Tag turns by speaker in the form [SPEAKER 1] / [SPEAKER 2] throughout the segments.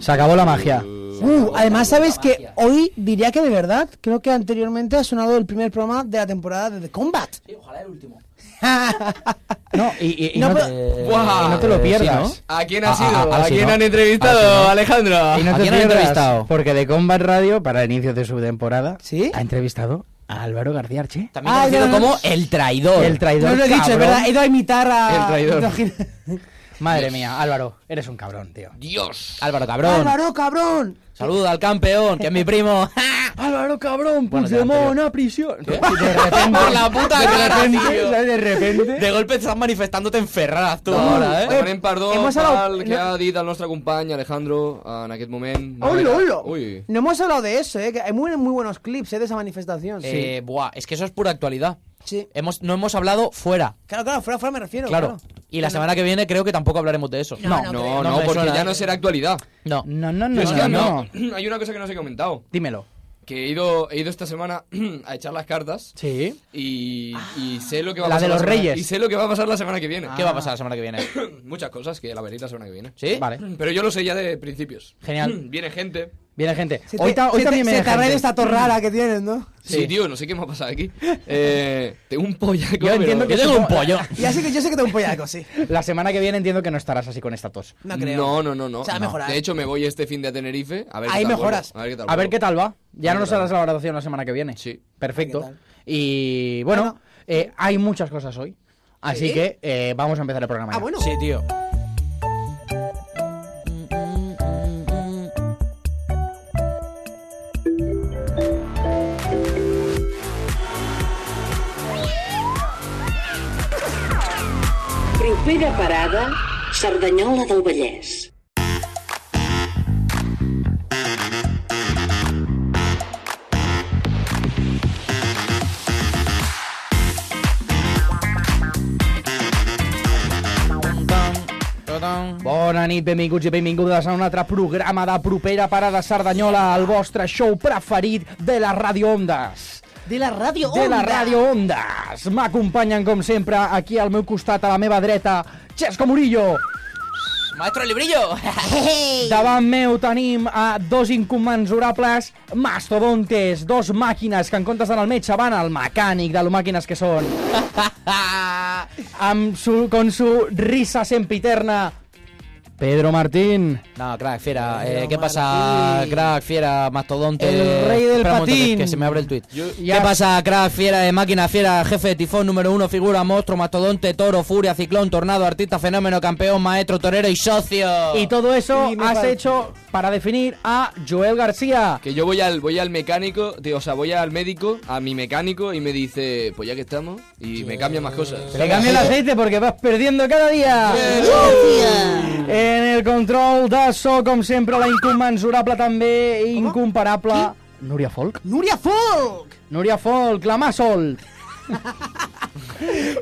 [SPEAKER 1] Se acabó la magia.
[SPEAKER 2] Uh, además, ¿sabes que Hoy diría que de verdad, creo que anteriormente ha sonado el primer programa de la temporada de The Combat.
[SPEAKER 3] Sí, ojalá el último.
[SPEAKER 1] No, y, y- y
[SPEAKER 2] No,
[SPEAKER 1] no,
[SPEAKER 2] pero-
[SPEAKER 1] te,
[SPEAKER 4] Buah.
[SPEAKER 1] y no te lo pierdas.
[SPEAKER 4] ¿A quién ha
[SPEAKER 5] Ah,
[SPEAKER 4] sido?
[SPEAKER 5] ah, ah,
[SPEAKER 4] ¿A
[SPEAKER 5] sí,
[SPEAKER 4] quién
[SPEAKER 5] ¿no?
[SPEAKER 4] han entrevistado,
[SPEAKER 5] Ah,
[SPEAKER 1] Y
[SPEAKER 4] Alejandro?
[SPEAKER 1] no
[SPEAKER 5] ¿A
[SPEAKER 1] te
[SPEAKER 5] quién han
[SPEAKER 1] pierdas,
[SPEAKER 5] entrevistado?
[SPEAKER 1] Porque de Combat Radio, para inicios de su temporada,
[SPEAKER 2] ¿Sí?
[SPEAKER 1] ha entrevistado a Álvaro García Arche.
[SPEAKER 5] También
[SPEAKER 2] Ah,
[SPEAKER 5] conocido
[SPEAKER 2] no, no, no.
[SPEAKER 5] como El Traidor.
[SPEAKER 1] El traidor.
[SPEAKER 2] No os lo he dicho, es
[SPEAKER 1] cabrón.
[SPEAKER 2] verdad. He ido a imitar a.
[SPEAKER 4] El traidor.
[SPEAKER 1] Madre mía, Álvaro, eres un cabrón, tío.
[SPEAKER 5] Dios. Álvaro Cabrón.
[SPEAKER 2] Álvaro, cabrón.
[SPEAKER 5] Saluda al campeón, que es mi primo.
[SPEAKER 1] Álvaro, cabrón,
[SPEAKER 5] Bueno,
[SPEAKER 2] pues
[SPEAKER 5] te la
[SPEAKER 1] Puigdemont
[SPEAKER 5] anterior.
[SPEAKER 1] a prisión.
[SPEAKER 5] Por la puta cara,
[SPEAKER 2] Ah,
[SPEAKER 5] tío.
[SPEAKER 1] De repente.
[SPEAKER 5] De golpe estás manifestándote en Ferraz tú
[SPEAKER 4] No,
[SPEAKER 5] ahora,
[SPEAKER 4] Te
[SPEAKER 5] eh.
[SPEAKER 4] ponen perdó
[SPEAKER 2] hemos
[SPEAKER 4] pel
[SPEAKER 2] hablado-
[SPEAKER 4] que ha dit el nostre company Alejandro en aquest moment. No,
[SPEAKER 2] Hola,
[SPEAKER 4] era-
[SPEAKER 2] hola.
[SPEAKER 4] Ui.
[SPEAKER 2] No hemos hablado de eso, ¿eh? que hay muy, muy buenos clips ¿eh? de esa manifestación.
[SPEAKER 5] Eh, buah, es que eso es pura actualidad.
[SPEAKER 2] Sí.
[SPEAKER 5] Hemos, no hemos hablado fuera,
[SPEAKER 2] Claro, claro, fuera, fuera me refiero.
[SPEAKER 5] claro. Y la semana que viene creo que tampoco hablaremos de eso.
[SPEAKER 2] No, no,
[SPEAKER 4] No,
[SPEAKER 5] no
[SPEAKER 4] no,
[SPEAKER 5] me
[SPEAKER 4] porque
[SPEAKER 5] suena. ¿eh?
[SPEAKER 4] ya no será actualidad.
[SPEAKER 5] No.
[SPEAKER 1] No, no,
[SPEAKER 4] Yo
[SPEAKER 1] no,
[SPEAKER 4] es
[SPEAKER 1] no,
[SPEAKER 4] que no.
[SPEAKER 1] no.
[SPEAKER 4] Hay una cosa que no os he comentado.
[SPEAKER 1] Dímelo.
[SPEAKER 4] Que he ido, he ido esta semana a echar las cartas
[SPEAKER 1] Sí.
[SPEAKER 4] y, y sé lo que va a
[SPEAKER 1] La
[SPEAKER 4] pasar.
[SPEAKER 1] de los
[SPEAKER 4] semana-
[SPEAKER 1] reyes.
[SPEAKER 4] Y sé lo que va a pasar la semana que viene.
[SPEAKER 5] ¿Qué va a pasar la semana que viene?
[SPEAKER 4] Muchas cosas que la veréis la semana que viene.
[SPEAKER 5] ¿Sí?
[SPEAKER 1] Vale.
[SPEAKER 4] Pero yo lo sé ya de principios.
[SPEAKER 1] Genial.
[SPEAKER 4] Viene gente.
[SPEAKER 1] Viene gente.
[SPEAKER 2] Se te-
[SPEAKER 1] Hoy, ta- hoy
[SPEAKER 2] se
[SPEAKER 1] también
[SPEAKER 2] te,
[SPEAKER 1] viene
[SPEAKER 2] se te arregla
[SPEAKER 1] gente. Mm.
[SPEAKER 2] esta torrada que tienes, ¿no?
[SPEAKER 4] Sí, tío, no sé qué me ha pasado aquí. Eh, tengo un pollaco.
[SPEAKER 1] Yo entiendo
[SPEAKER 5] Yo
[SPEAKER 4] pero-
[SPEAKER 1] que-
[SPEAKER 5] tengo un pollo.
[SPEAKER 2] Ya sé que yo sé que te un pollaco, sí.
[SPEAKER 1] La semana que viene entiendo que no estarás así con esta tos.
[SPEAKER 2] No creo.
[SPEAKER 4] No, no, no, no.
[SPEAKER 2] O sea,
[SPEAKER 4] No.
[SPEAKER 2] mejorar.
[SPEAKER 4] De hecho, me voy este fin de a Tenerife. A ver
[SPEAKER 2] Ahí
[SPEAKER 4] qué tal
[SPEAKER 2] mejoras.
[SPEAKER 4] vuelvo. A ver qué tal.
[SPEAKER 1] A ver
[SPEAKER 4] vuelvo.
[SPEAKER 1] qué tal va. Ya
[SPEAKER 4] A ver
[SPEAKER 1] no nos
[SPEAKER 4] qué tal.
[SPEAKER 1] harás la valoración la semana que viene.
[SPEAKER 4] Sí.
[SPEAKER 2] A
[SPEAKER 1] Perfecto.
[SPEAKER 2] ver qué
[SPEAKER 1] Y bueno,
[SPEAKER 2] Bueno.
[SPEAKER 1] eh, hay muchas cosas hoy. Así
[SPEAKER 2] ¿Sí?
[SPEAKER 1] que eh, vamos a empezar el programa.
[SPEAKER 2] Ah,
[SPEAKER 1] ya.
[SPEAKER 2] bueno.
[SPEAKER 5] Sí, tío.
[SPEAKER 6] Propera parada, Cerdanyola del Vallès.
[SPEAKER 1] Bona nit, benvinguts i benvingudes a un altre programa de propera parada Cerdanyola, el vostre show preferit de la Ràdio Ondes.
[SPEAKER 2] De la radio.
[SPEAKER 1] De la
[SPEAKER 2] Onda.
[SPEAKER 1] Ràdio Ondes. M'acompanyen, com sempre, aquí al meu costat, a la meva dreta, Xesco Murillo.
[SPEAKER 5] Maestro Librillo.
[SPEAKER 1] Davant meu tenim a dos incomensurables mastodontes, dos màquines que en comptes d'anar al metge van al mecànic de lo màquines que són. Amb su, con su risa sempiterna, Pedro Martín.
[SPEAKER 5] No, crack, fiera. Eh,
[SPEAKER 2] Pero
[SPEAKER 5] ¿Qué pasa,
[SPEAKER 2] Martín.
[SPEAKER 5] crack, fiera, mastodonte?
[SPEAKER 1] El rey del
[SPEAKER 5] Espera un momento, que-
[SPEAKER 1] patín.
[SPEAKER 5] Que, se me abre el tweet.
[SPEAKER 1] ya-
[SPEAKER 5] ¿Qué pasa, crack, fiera, eh, máquina, fiera, jefe, tifón, número uno, figura, monstruo, mastodonte, toro, furia, ciclón, tornado, artista, fenómeno, campeón, maestro, torero y socio?
[SPEAKER 1] Y todo eso
[SPEAKER 2] Y me
[SPEAKER 1] has
[SPEAKER 2] falta-
[SPEAKER 1] hecho para definir a Joel García.
[SPEAKER 4] Que yo voy al, voy al mecánico, tío, o sea, voy al médico, a mi mecánico, y me dice, pues ya que estamos, y me cambia más cosas.
[SPEAKER 1] Te cambia el aceite porque vas perdiendo cada día.
[SPEAKER 2] ¡Oh!
[SPEAKER 1] En el control de so, com sempre, la inconmensurable també, i incomparable... Núria Folk?
[SPEAKER 2] Nuria Folk.
[SPEAKER 1] Núria Folk, la más sol.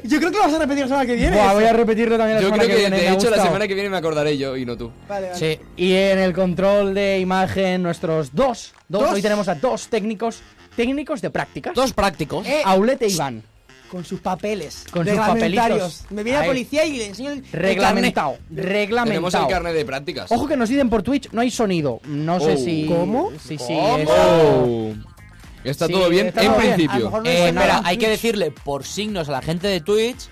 [SPEAKER 2] Yo creo que lo vas a repetir la semana que viene.
[SPEAKER 1] Buah, voy a repetirlo también la
[SPEAKER 4] Yo
[SPEAKER 1] semana
[SPEAKER 4] creo
[SPEAKER 1] que
[SPEAKER 4] que,
[SPEAKER 1] viene. me
[SPEAKER 4] de
[SPEAKER 1] ha
[SPEAKER 4] hecho, la
[SPEAKER 1] gustado.
[SPEAKER 4] semana que viene me acordaré yo y no tú.
[SPEAKER 2] Vale, vale.
[SPEAKER 5] Sí.
[SPEAKER 1] Y en el control de imagen, nuestros dos, dos,
[SPEAKER 2] Dos.
[SPEAKER 1] hoy tenemos a dos técnicos, técnicos de prácticas,
[SPEAKER 5] Dos prácticos.
[SPEAKER 2] Eh,
[SPEAKER 1] Aulete e Iván.
[SPEAKER 2] Con sus papeles.
[SPEAKER 1] Con sus
[SPEAKER 2] reglamentarios.
[SPEAKER 1] papelitos.
[SPEAKER 2] Me viene la
[SPEAKER 1] Ahí.
[SPEAKER 2] policía y le enseño el. el
[SPEAKER 1] Reglamentado,
[SPEAKER 4] Tenemos el
[SPEAKER 1] reglamentado.
[SPEAKER 4] carnet de prácticas.
[SPEAKER 1] Ojo que nos dicen por Twitch, no hay sonido. No sé
[SPEAKER 4] Oh.
[SPEAKER 1] si...
[SPEAKER 2] ¿Cómo?
[SPEAKER 1] Sí, sí. es-
[SPEAKER 4] Oh. Está
[SPEAKER 1] Sí,
[SPEAKER 4] todo bien
[SPEAKER 1] está
[SPEAKER 4] en
[SPEAKER 1] todo bien.
[SPEAKER 2] carnet. A lo
[SPEAKER 4] principio.
[SPEAKER 2] mejor no
[SPEAKER 5] Eh,
[SPEAKER 2] dice
[SPEAKER 5] espera,
[SPEAKER 2] nada.
[SPEAKER 5] hay que decirle por signos a la gente de Twitch,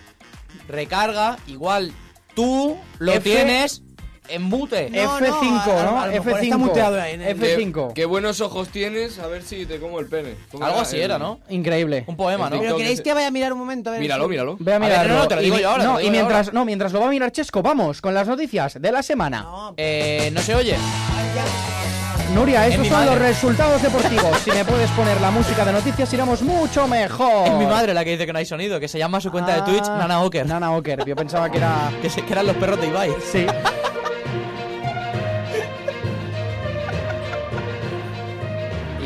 [SPEAKER 5] recarga, igual tú lo
[SPEAKER 1] F-
[SPEAKER 5] tienes en mute.
[SPEAKER 2] No,
[SPEAKER 1] F5,
[SPEAKER 2] no, a-
[SPEAKER 1] ¿no?
[SPEAKER 2] a- a lo mejor
[SPEAKER 1] F5.
[SPEAKER 2] está muteado ahí en el-
[SPEAKER 4] Qué-
[SPEAKER 1] F5.
[SPEAKER 4] Qué buenos ojos tienes, a ver si te como el pene. Ponga
[SPEAKER 5] Algo así
[SPEAKER 4] el-
[SPEAKER 5] era, ¿no?
[SPEAKER 1] Increíble.
[SPEAKER 5] Un poema, ¿no?
[SPEAKER 4] Pero-
[SPEAKER 2] Pero queréis que vaya a mirar un momento. A ver
[SPEAKER 4] Míralo, míralo.
[SPEAKER 1] Ve a
[SPEAKER 5] A ver,
[SPEAKER 1] mirarlo.
[SPEAKER 5] no, no, te lo
[SPEAKER 1] Y
[SPEAKER 5] digo
[SPEAKER 1] mi-
[SPEAKER 5] yo ahora, te
[SPEAKER 1] no,
[SPEAKER 5] lo digo
[SPEAKER 1] y
[SPEAKER 5] yo
[SPEAKER 1] mientras, no, mientras lo va a mirar Chesco, vamos con las noticias de la semana.
[SPEAKER 2] No,
[SPEAKER 5] Eh, no se oye.
[SPEAKER 1] Nuria, esos
[SPEAKER 5] mi
[SPEAKER 1] son
[SPEAKER 5] madre.
[SPEAKER 1] los resultados deportivos. si me puedes poner la música de noticias, iremos mucho mejor.
[SPEAKER 5] Es mi madre la que dice que no hay sonido, que se llama a su cuenta de
[SPEAKER 1] Ah,
[SPEAKER 5] Twitch Nana Oker.
[SPEAKER 1] Nana Oker, yo pensaba que era.
[SPEAKER 5] Que, se, que eran los perros de Ibai.
[SPEAKER 1] Sí.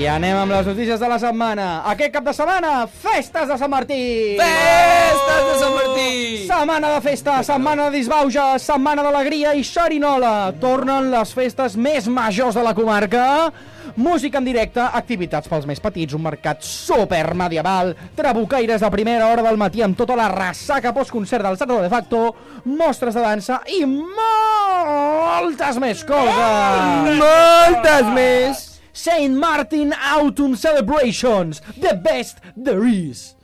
[SPEAKER 1] I anem amb les notícies de la setmana. Aquest cap de setmana, festes de Sant Martí!
[SPEAKER 4] ¡Estás de San Martín!
[SPEAKER 1] Setmana de festa, setmana de disbauja, setmana d'alegria i xerinola. Tornen les festes més majors de la comarca. Música en directe, activitats pels més petits, un mercat supermedieval, trabucaires de primera hora del matí amb tota la ressaca postconcert del Sato de Facto, mostres de dansa i moltes més coses.
[SPEAKER 4] fantasmes.
[SPEAKER 1] Saint Martin Autumn Celebrations, the best there is.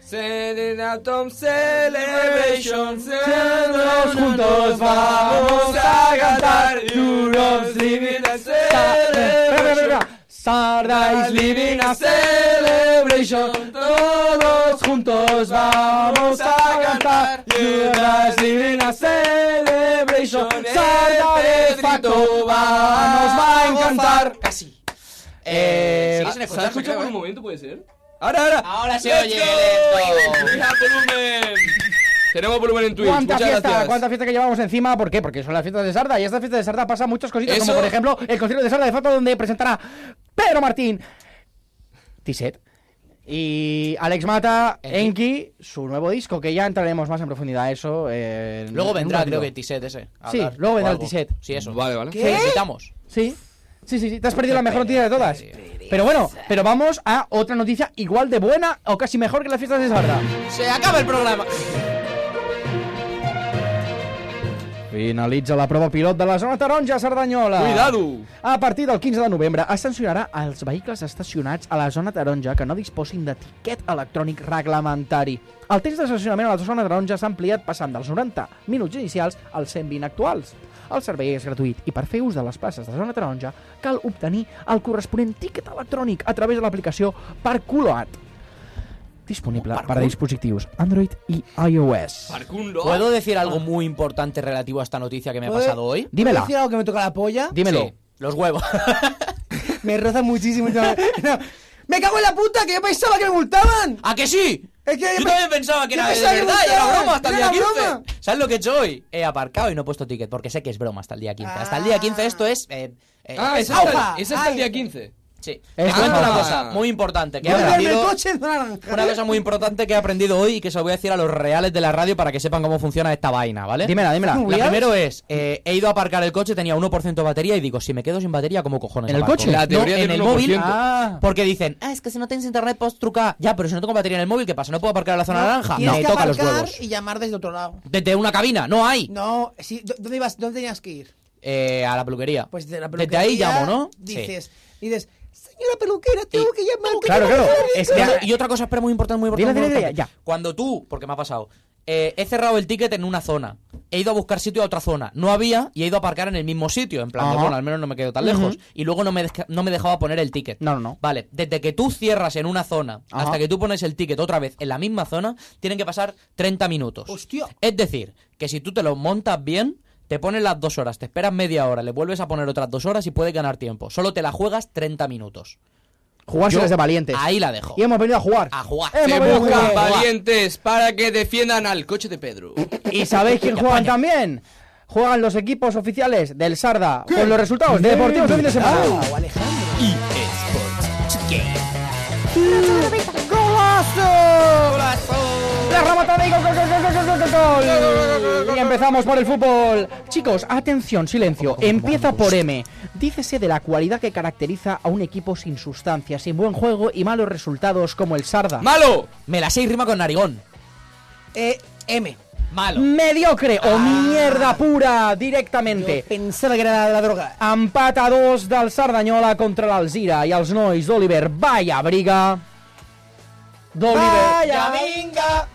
[SPEAKER 4] Sailing Atom Celebration,
[SPEAKER 1] Todos juntos vamos a cantar Europe's living a celebration Sarda is living a celebration Todos juntos vamos a cantar Sarda is living a celebration Sarda de facto vamos va a encantar
[SPEAKER 3] Casi.
[SPEAKER 1] Eh,
[SPEAKER 3] ¿Sigues sin
[SPEAKER 4] ¿Se ha
[SPEAKER 3] escucharme,
[SPEAKER 4] escuchado
[SPEAKER 3] creo,
[SPEAKER 4] por un
[SPEAKER 3] eh?
[SPEAKER 4] momento, puede ser? Ahora, ahora.
[SPEAKER 5] Ahora se
[SPEAKER 4] Let's
[SPEAKER 5] oye
[SPEAKER 4] go.
[SPEAKER 5] lento.
[SPEAKER 4] Fija el volumen. Tenemos volumen en Twitch.
[SPEAKER 1] ¿Cuánta
[SPEAKER 4] Muchas
[SPEAKER 1] fiesta,
[SPEAKER 4] gracias.
[SPEAKER 1] cuánta fiesta que llevamos encima? ¿Por qué? Porque son las fiestas de Sarda y esta fiesta de Sarda pasa muchas cositas, como
[SPEAKER 4] Eso.
[SPEAKER 1] por ejemplo el concierto de Sarda de Facto donde presentará Pedro Martín, Tiset y Alex Mata, Enki, su nuevo disco, que ya entraremos más en profundidad a eso. eh, en
[SPEAKER 5] Luego
[SPEAKER 1] un
[SPEAKER 5] vendrá,
[SPEAKER 1] ratito.
[SPEAKER 5] creo que el Tiset ese. a
[SPEAKER 1] Sí,
[SPEAKER 5] hablar
[SPEAKER 1] luego
[SPEAKER 5] o
[SPEAKER 1] vendrá el
[SPEAKER 5] algo.
[SPEAKER 1] Tiset.
[SPEAKER 5] Sí, eso.
[SPEAKER 4] Vale, vale.
[SPEAKER 5] Que lo quitamos.
[SPEAKER 1] Sí. Sí, sí, sí, te has perdido la mejor noticia de todas. Pero bueno, pero vamos a otra noticia igual de buena o casi mejor que las fiestas de Sarda.
[SPEAKER 5] Se acaba el programa.
[SPEAKER 1] Finalitza la prova pilot de la zona taronja a Cerdanyola.
[SPEAKER 4] Cuidado.
[SPEAKER 1] A partir del 15 de novembre es sancionarà els vehicles estacionats a la zona taronja que no disposin de tiquet electrònic reglamentari. El temps d'estacionament a la zona taronja s'ha ampliat passant dels 90 minuts inicials als 120 actuals. El servei és gratuït i per fer ús de les places de zona taronja cal obtenir el corresponent tiquet electrònic a través de l'aplicació Parculoat. Disponible per a dispositius Android i iOS.
[SPEAKER 4] Parkun Loa.
[SPEAKER 5] ¿Puedo decir algo muy importante relativo a esta noticia que me ha
[SPEAKER 2] ¿Puedo-
[SPEAKER 5] pasado hoy?
[SPEAKER 2] ¿puedo
[SPEAKER 1] Dímela.
[SPEAKER 2] decir algo que me toca la polla?
[SPEAKER 1] Dímelo.
[SPEAKER 5] Sí, los huevos.
[SPEAKER 2] Me roza muchísimo. chaval. No. ¡Me cago en la puta! ¡Que yo pensaba que me multaban!
[SPEAKER 5] ¿A que sí?
[SPEAKER 2] Es que-
[SPEAKER 5] yo también pensaba que
[SPEAKER 2] yo
[SPEAKER 5] era de
[SPEAKER 2] pensaba que
[SPEAKER 5] verdad,
[SPEAKER 2] gustaba,
[SPEAKER 5] y era broma hasta el
[SPEAKER 2] era
[SPEAKER 5] día 15.
[SPEAKER 2] broma.
[SPEAKER 5] ¿Sabes lo que he hecho hoy? He aparcado y no he puesto ticket porque sé que es broma hasta el día 15. Hasta el día
[SPEAKER 2] Ah.
[SPEAKER 5] 15 esto es... eh, eh,
[SPEAKER 4] Ah,
[SPEAKER 5] es-
[SPEAKER 4] esa
[SPEAKER 2] Aupa.
[SPEAKER 4] es esa es
[SPEAKER 2] Ay.
[SPEAKER 4] el día 15.
[SPEAKER 5] Sí. Te
[SPEAKER 1] Esto
[SPEAKER 5] cuento
[SPEAKER 4] es
[SPEAKER 5] una
[SPEAKER 4] broma.
[SPEAKER 5] cosa muy importante que he
[SPEAKER 2] Yo verme el
[SPEAKER 5] aprendido...
[SPEAKER 2] coche en una naranja.
[SPEAKER 5] Una cosa muy importante que he aprendido hoy y que se lo voy a decir a los reales de la radio para que sepan cómo funciona esta vaina, ¿vale?
[SPEAKER 1] Dímela, dímela.
[SPEAKER 5] La primero es, eh, he ido a aparcar el coche, tenía 1% de batería y digo, si me quedo sin batería, ¿cómo cojones
[SPEAKER 1] ¿En el
[SPEAKER 5] aparco?
[SPEAKER 1] coche?
[SPEAKER 4] La
[SPEAKER 5] No,
[SPEAKER 4] teoría
[SPEAKER 5] en
[SPEAKER 4] del
[SPEAKER 5] el móvil.
[SPEAKER 4] 1%.
[SPEAKER 1] Ah.
[SPEAKER 5] Porque dicen, ah, es que si no tienes internet puedes trucar. Ya, pero si no tengo batería en el móvil, ¿qué pasa? ¿No puedo aparcar en la zona naranja?
[SPEAKER 2] Tienes
[SPEAKER 5] Me
[SPEAKER 2] que
[SPEAKER 5] toca los
[SPEAKER 2] aparcar
[SPEAKER 5] huevos.
[SPEAKER 2] y llamar desde otro lado.
[SPEAKER 5] Desde una cabina, no hay.
[SPEAKER 2] No, sí, ¿dó- ¿dónde ibas? ¿Dónde tenías que ir?
[SPEAKER 5] Eh, a la peluquería.
[SPEAKER 2] Pues de la
[SPEAKER 5] Desde ahí
[SPEAKER 2] peluquería
[SPEAKER 5] llamo, ¿no?
[SPEAKER 2] Dices, dices, señora peluquera, tengo
[SPEAKER 5] Y-
[SPEAKER 2] que llamar.
[SPEAKER 1] Claro, claro. Es
[SPEAKER 5] Y
[SPEAKER 1] que-
[SPEAKER 5] otra- y otra cosa, espera, muy importante, muy importante.
[SPEAKER 1] Dile,
[SPEAKER 5] muy
[SPEAKER 1] dile, dile,
[SPEAKER 5] importante.
[SPEAKER 1] ya.
[SPEAKER 5] Cuando tú, porque me ha pasado, eh, he cerrado el ticket en una zona, he ido a buscar sitio a otra zona, no había y he ido a aparcar en el mismo sitio, en plan, de,
[SPEAKER 1] Ajá.
[SPEAKER 5] bueno, al menos no me quedo tan lejos, y luego no me, desca- no me dejaba poner el ticket.
[SPEAKER 1] No, no, no.
[SPEAKER 5] Vale, desde que tú cierras en una zona
[SPEAKER 1] Ajá.
[SPEAKER 5] hasta que tú pones el ticket otra vez en la misma zona, tienen que pasar 30 minutos.
[SPEAKER 2] Hostia.
[SPEAKER 5] Es decir, que si tú te lo montas bien, te pones las dos horas, te esperas media hora, le vuelves a poner otras dos horas y puedes ganar tiempo. Solo te la juegas 30 minutos.
[SPEAKER 1] Jugarse
[SPEAKER 5] Yo
[SPEAKER 1] desde Pues valientes.
[SPEAKER 5] Ahí la dejo.
[SPEAKER 1] Y hemos venido a jugar.
[SPEAKER 5] A jugar.
[SPEAKER 1] Hemos
[SPEAKER 4] Se
[SPEAKER 1] venido a jugar.
[SPEAKER 4] buscan valientes para que defiendan al coche de Pedro.
[SPEAKER 1] ¿Y sabéis quién juegan también? Juegan los equipos oficiales del Sarda con los resultados de Deportivos de fin de semana. La remata de gol, gol, gol, gol, gol, gol, gol, gol. Y empezamos por el fútbol. Chicos, atención, silencio. Empieza por M. Dícese de la cualidad que caracteriza a un equipo sin sustancia, sin buen juego y malos resultados como el Sarda.
[SPEAKER 4] ¡Malo!
[SPEAKER 5] Me la sé y rima con narigón.
[SPEAKER 2] Eh, M. Mm.
[SPEAKER 5] Malo.
[SPEAKER 1] Mediocre o mierda pura directamente.
[SPEAKER 2] Pensaba que era la droga.
[SPEAKER 1] Empat a dos del Cerdanyola contra l'Alzira i els nois d'Oliver Vaya Briga. D'Oliver.
[SPEAKER 2] Vaya,
[SPEAKER 5] venga!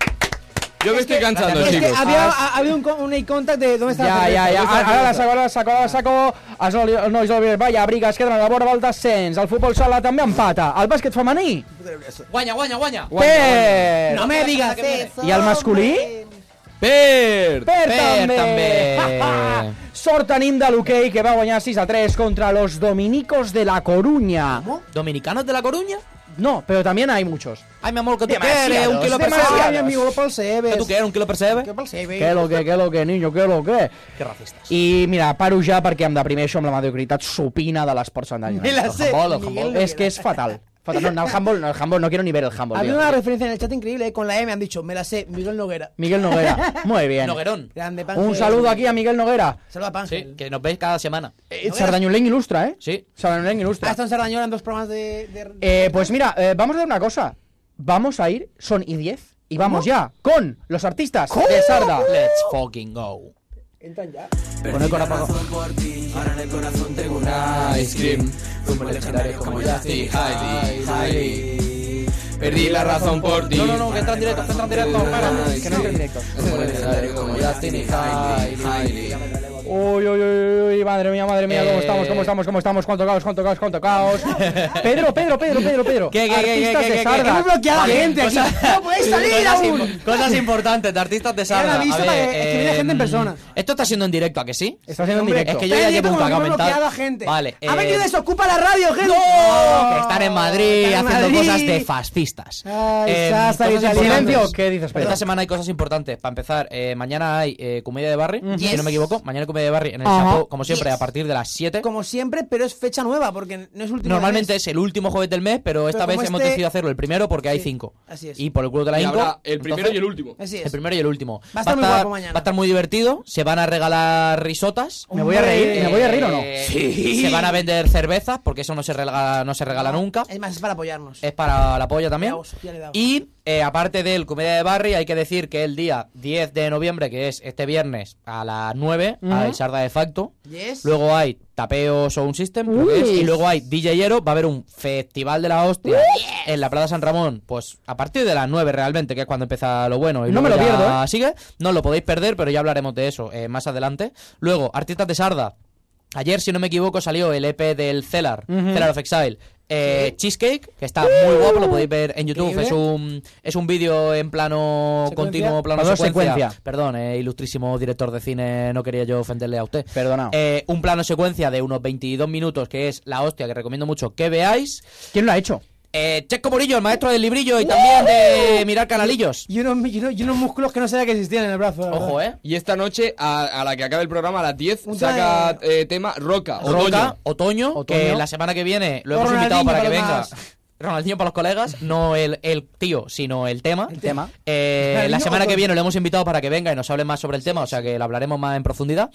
[SPEAKER 4] Yo me estoy cansando,
[SPEAKER 2] Es que
[SPEAKER 4] chicos.
[SPEAKER 2] había, ha- había un, co- un eye contact de dónde
[SPEAKER 1] Ja,
[SPEAKER 2] está la
[SPEAKER 1] ja,
[SPEAKER 2] cerveza,
[SPEAKER 1] ja.
[SPEAKER 2] dónde está
[SPEAKER 1] Ara, ara Ah, la
[SPEAKER 2] cerveza.
[SPEAKER 1] saco, ara la saco, ara la saco. Els oli- els nois d'Oliver Vaya Briga es queden a la vora del descens. El futbol sala també empata. El bàsquet femení,
[SPEAKER 5] Guaña, guaña, guaña.
[SPEAKER 1] per.
[SPEAKER 5] No me digas
[SPEAKER 2] eso,
[SPEAKER 1] I el masculí? Per,
[SPEAKER 4] ¡Per!
[SPEAKER 5] Per
[SPEAKER 1] també.
[SPEAKER 5] també.
[SPEAKER 1] Ha, ha. Sort tenim de l'hoquei que va guanyar 6 a 3 contra los dominicos de la Coruña.
[SPEAKER 5] ¿Dominicanos de la Coruña?
[SPEAKER 1] No, pero también hay muchos.
[SPEAKER 5] Ay, mi amor, que tú
[SPEAKER 1] Demasiados,
[SPEAKER 5] quieres un kilo per
[SPEAKER 1] demasiados.
[SPEAKER 5] sebe.
[SPEAKER 2] Ay, mi amigo, Paul Seves.
[SPEAKER 5] ¿Que tú quieres un kilo per sebe?
[SPEAKER 2] Que Paul Seves.
[SPEAKER 1] Que lo que, que lo que, niño, que lo que.
[SPEAKER 5] Qué racistas.
[SPEAKER 1] I mira, paro ja perquè em deprimeixo amb la mediocritat supina de l'esport sandanyol.
[SPEAKER 2] Me la sé,
[SPEAKER 1] El handball, el
[SPEAKER 2] Miguel
[SPEAKER 1] handball.
[SPEAKER 2] Noguera.
[SPEAKER 1] És que és fatal. fatal. No, no, el handball, no, el handball, no quiero ni ver el handball.
[SPEAKER 2] Había
[SPEAKER 1] tío.
[SPEAKER 2] una referencia en el chat increíble, eh, con la M han dicho, me la sé, Miguel Noguera.
[SPEAKER 1] Miguel Noguera, muy bien.
[SPEAKER 5] Noguerón. Eh,
[SPEAKER 2] Grande, Pangel.
[SPEAKER 1] Un saludo aquí a Miguel Noguera.
[SPEAKER 2] Saluda a
[SPEAKER 5] Sí,
[SPEAKER 2] Pangel.
[SPEAKER 5] que nos veis cada semana.
[SPEAKER 1] Eh, Sardañolenc ilustra, ¿eh?
[SPEAKER 5] Sí. Ah,
[SPEAKER 1] Sardañolenc
[SPEAKER 2] Ha
[SPEAKER 1] ilustra.
[SPEAKER 2] estado en Sardañola en dos programas de... de-
[SPEAKER 1] Eh, pues mira, eh, vamos a hacer una cosa. Vamos a ir,
[SPEAKER 2] Ah.
[SPEAKER 1] son y 10, y vamos ya con los artistas de Sarda.
[SPEAKER 5] Let's fucking go.
[SPEAKER 3] Entran ya.
[SPEAKER 5] Con el corazón.
[SPEAKER 4] una ice cream Fuimos legendarios como Justin Heidi, Heidi Perdí la razón por ti
[SPEAKER 5] No, no, no, que entran directos, que entran directos, espera. Que no entran directos.
[SPEAKER 4] Fuimos legendarios como Justin y Heidi, Heidi
[SPEAKER 1] Uy, uy, uy, uy, madre mía, madre mía, ¿cómo
[SPEAKER 5] Eh.
[SPEAKER 1] estamos, cómo estamos, cómo estamos? ¿Cuánto caos, cuánto caos, cuánto caos? Pedro, Pedro, Pedro, Pedro, Pedro.
[SPEAKER 5] ¿Qué, qué, qué,
[SPEAKER 1] Artistas
[SPEAKER 5] qué,
[SPEAKER 1] de
[SPEAKER 5] qué, qué,
[SPEAKER 1] Sarda. pues
[SPEAKER 5] qué? Hemos
[SPEAKER 2] bloqueado a gente aquí. ¡No podéis salir
[SPEAKER 5] Cosas
[SPEAKER 2] aún!
[SPEAKER 5] impo- Cosas importantes, de artistas de
[SPEAKER 2] la
[SPEAKER 5] sala.
[SPEAKER 2] aviso para que- es que viene gente en persona.
[SPEAKER 5] em, Esto está siendo en directo, ¿a que sí?
[SPEAKER 1] Está siendo en directo.
[SPEAKER 5] Es que yo ya llevo un
[SPEAKER 2] como
[SPEAKER 5] cacao
[SPEAKER 2] hemos
[SPEAKER 5] mental.
[SPEAKER 2] bloqueado a gente.
[SPEAKER 5] Vale,
[SPEAKER 2] Ha
[SPEAKER 5] eh,
[SPEAKER 2] venido desocupa la radio, gente.
[SPEAKER 5] Que están en Madrid
[SPEAKER 2] Están en
[SPEAKER 5] haciendo
[SPEAKER 2] Madrid.
[SPEAKER 5] cosas de fascistas.
[SPEAKER 2] Ay,
[SPEAKER 5] Em,
[SPEAKER 2] Sasa,
[SPEAKER 5] cosas
[SPEAKER 2] Italia.
[SPEAKER 5] importantes.
[SPEAKER 1] Silencio, ¿qué dices, Pedro?
[SPEAKER 5] Esta semana hay cosas importantes. Para empezar, eh, mañana hay eh, comedia de Barry, si no me equivoco. Mañana hay comedia de Barry en el
[SPEAKER 2] Ajá.
[SPEAKER 5] Chapo, como siempre,
[SPEAKER 2] Yes.
[SPEAKER 5] a partir de las 7.
[SPEAKER 2] Como siempre, pero es fecha nueva porque no es último.
[SPEAKER 5] Normalmente es el último jueves del mes, pero esta
[SPEAKER 2] Pero como
[SPEAKER 5] vez hemos
[SPEAKER 2] este-
[SPEAKER 5] decidido hacerlo el primero porque hay
[SPEAKER 2] Sí,
[SPEAKER 5] cinco.
[SPEAKER 2] así es.
[SPEAKER 5] Y por el culo de la
[SPEAKER 4] Y
[SPEAKER 5] Inco,
[SPEAKER 4] habrá el primero
[SPEAKER 5] entonces-
[SPEAKER 4] y el último
[SPEAKER 2] Así es.
[SPEAKER 5] El primero y el último.
[SPEAKER 2] Va a estar muy guapo mañana.
[SPEAKER 5] va a estar muy divertido. Se van a regalar risotas.
[SPEAKER 1] ¿Me voy a
[SPEAKER 2] Hombre.
[SPEAKER 1] reír? ¿Me voy a reír o no?
[SPEAKER 5] Eh, Se van a vender cervezas porque eso no se regala, no se
[SPEAKER 2] Ah.
[SPEAKER 5] regala nunca.
[SPEAKER 2] Es más, es para apoyarnos.
[SPEAKER 5] Es para la polla también.
[SPEAKER 2] Veamos, ya le damos.
[SPEAKER 5] Y eh, aparte del Comedia de Barry, hay que decir que el día 10 de noviembre, que es este viernes a las 9, hay Sarda de Facto.
[SPEAKER 2] Yes.
[SPEAKER 5] Luego hay Tapeo Sound System, creo que es, y luego hay DJ Ero. Va a haber un festival de la hostia en la Plaza San Ramón, pues a partir de las 9 realmente, que es cuando empieza lo bueno. Y
[SPEAKER 1] No me
[SPEAKER 5] luego
[SPEAKER 1] lo
[SPEAKER 5] ya
[SPEAKER 1] pierdo, ¿eh?
[SPEAKER 5] Sigue, no lo podéis perder, pero ya hablaremos de eso eh, más adelante. Luego, Artistas de Sarda. Ayer, si no me equivoco, salió el EP del Cellar, Cellar of Exile. Eh, Cheesecake, que está muy guapo, lo podéis ver en YouTube. Es un, es un vídeo en plano continuo, plano
[SPEAKER 1] Plano
[SPEAKER 5] secuencia.
[SPEAKER 1] secuencia.
[SPEAKER 5] Perdón, eh, ilustrísimo director de cine, no quería yo ofenderle a usted.
[SPEAKER 1] Perdonao.
[SPEAKER 5] Eh, un plano secuencia de unos 22 minutos, que es la hostia, que recomiendo mucho que veáis.
[SPEAKER 1] ¿Quién lo ha hecho?
[SPEAKER 5] Eh, Checo Morillo, el maestro del librillo, y también de mirar canalillos.
[SPEAKER 2] Y unos, y unos- y unos músculos que no sabía que existían en el brazo. la
[SPEAKER 5] Ojo,
[SPEAKER 2] verdad.
[SPEAKER 5] eh.
[SPEAKER 4] Y esta noche, a, a la que acabe el programa, a las 10,
[SPEAKER 2] Un
[SPEAKER 4] saca eh, tema Roca,
[SPEAKER 5] Roca,
[SPEAKER 4] Otoño.
[SPEAKER 5] otoño, que
[SPEAKER 1] Otoño.
[SPEAKER 5] la semana que viene lo hemos
[SPEAKER 2] Ronaldinho
[SPEAKER 5] invitado para que
[SPEAKER 2] para los
[SPEAKER 5] venga.
[SPEAKER 2] más.
[SPEAKER 5] Ronaldinho para los colegas, no el, el tío, sino el tema. El
[SPEAKER 1] tema.
[SPEAKER 5] la
[SPEAKER 2] Ronaldinho
[SPEAKER 5] semana que
[SPEAKER 2] Otoño.
[SPEAKER 5] viene lo hemos invitado para que venga y nos hable más sobre el tema, o sea que lo hablaremos más en profundidad.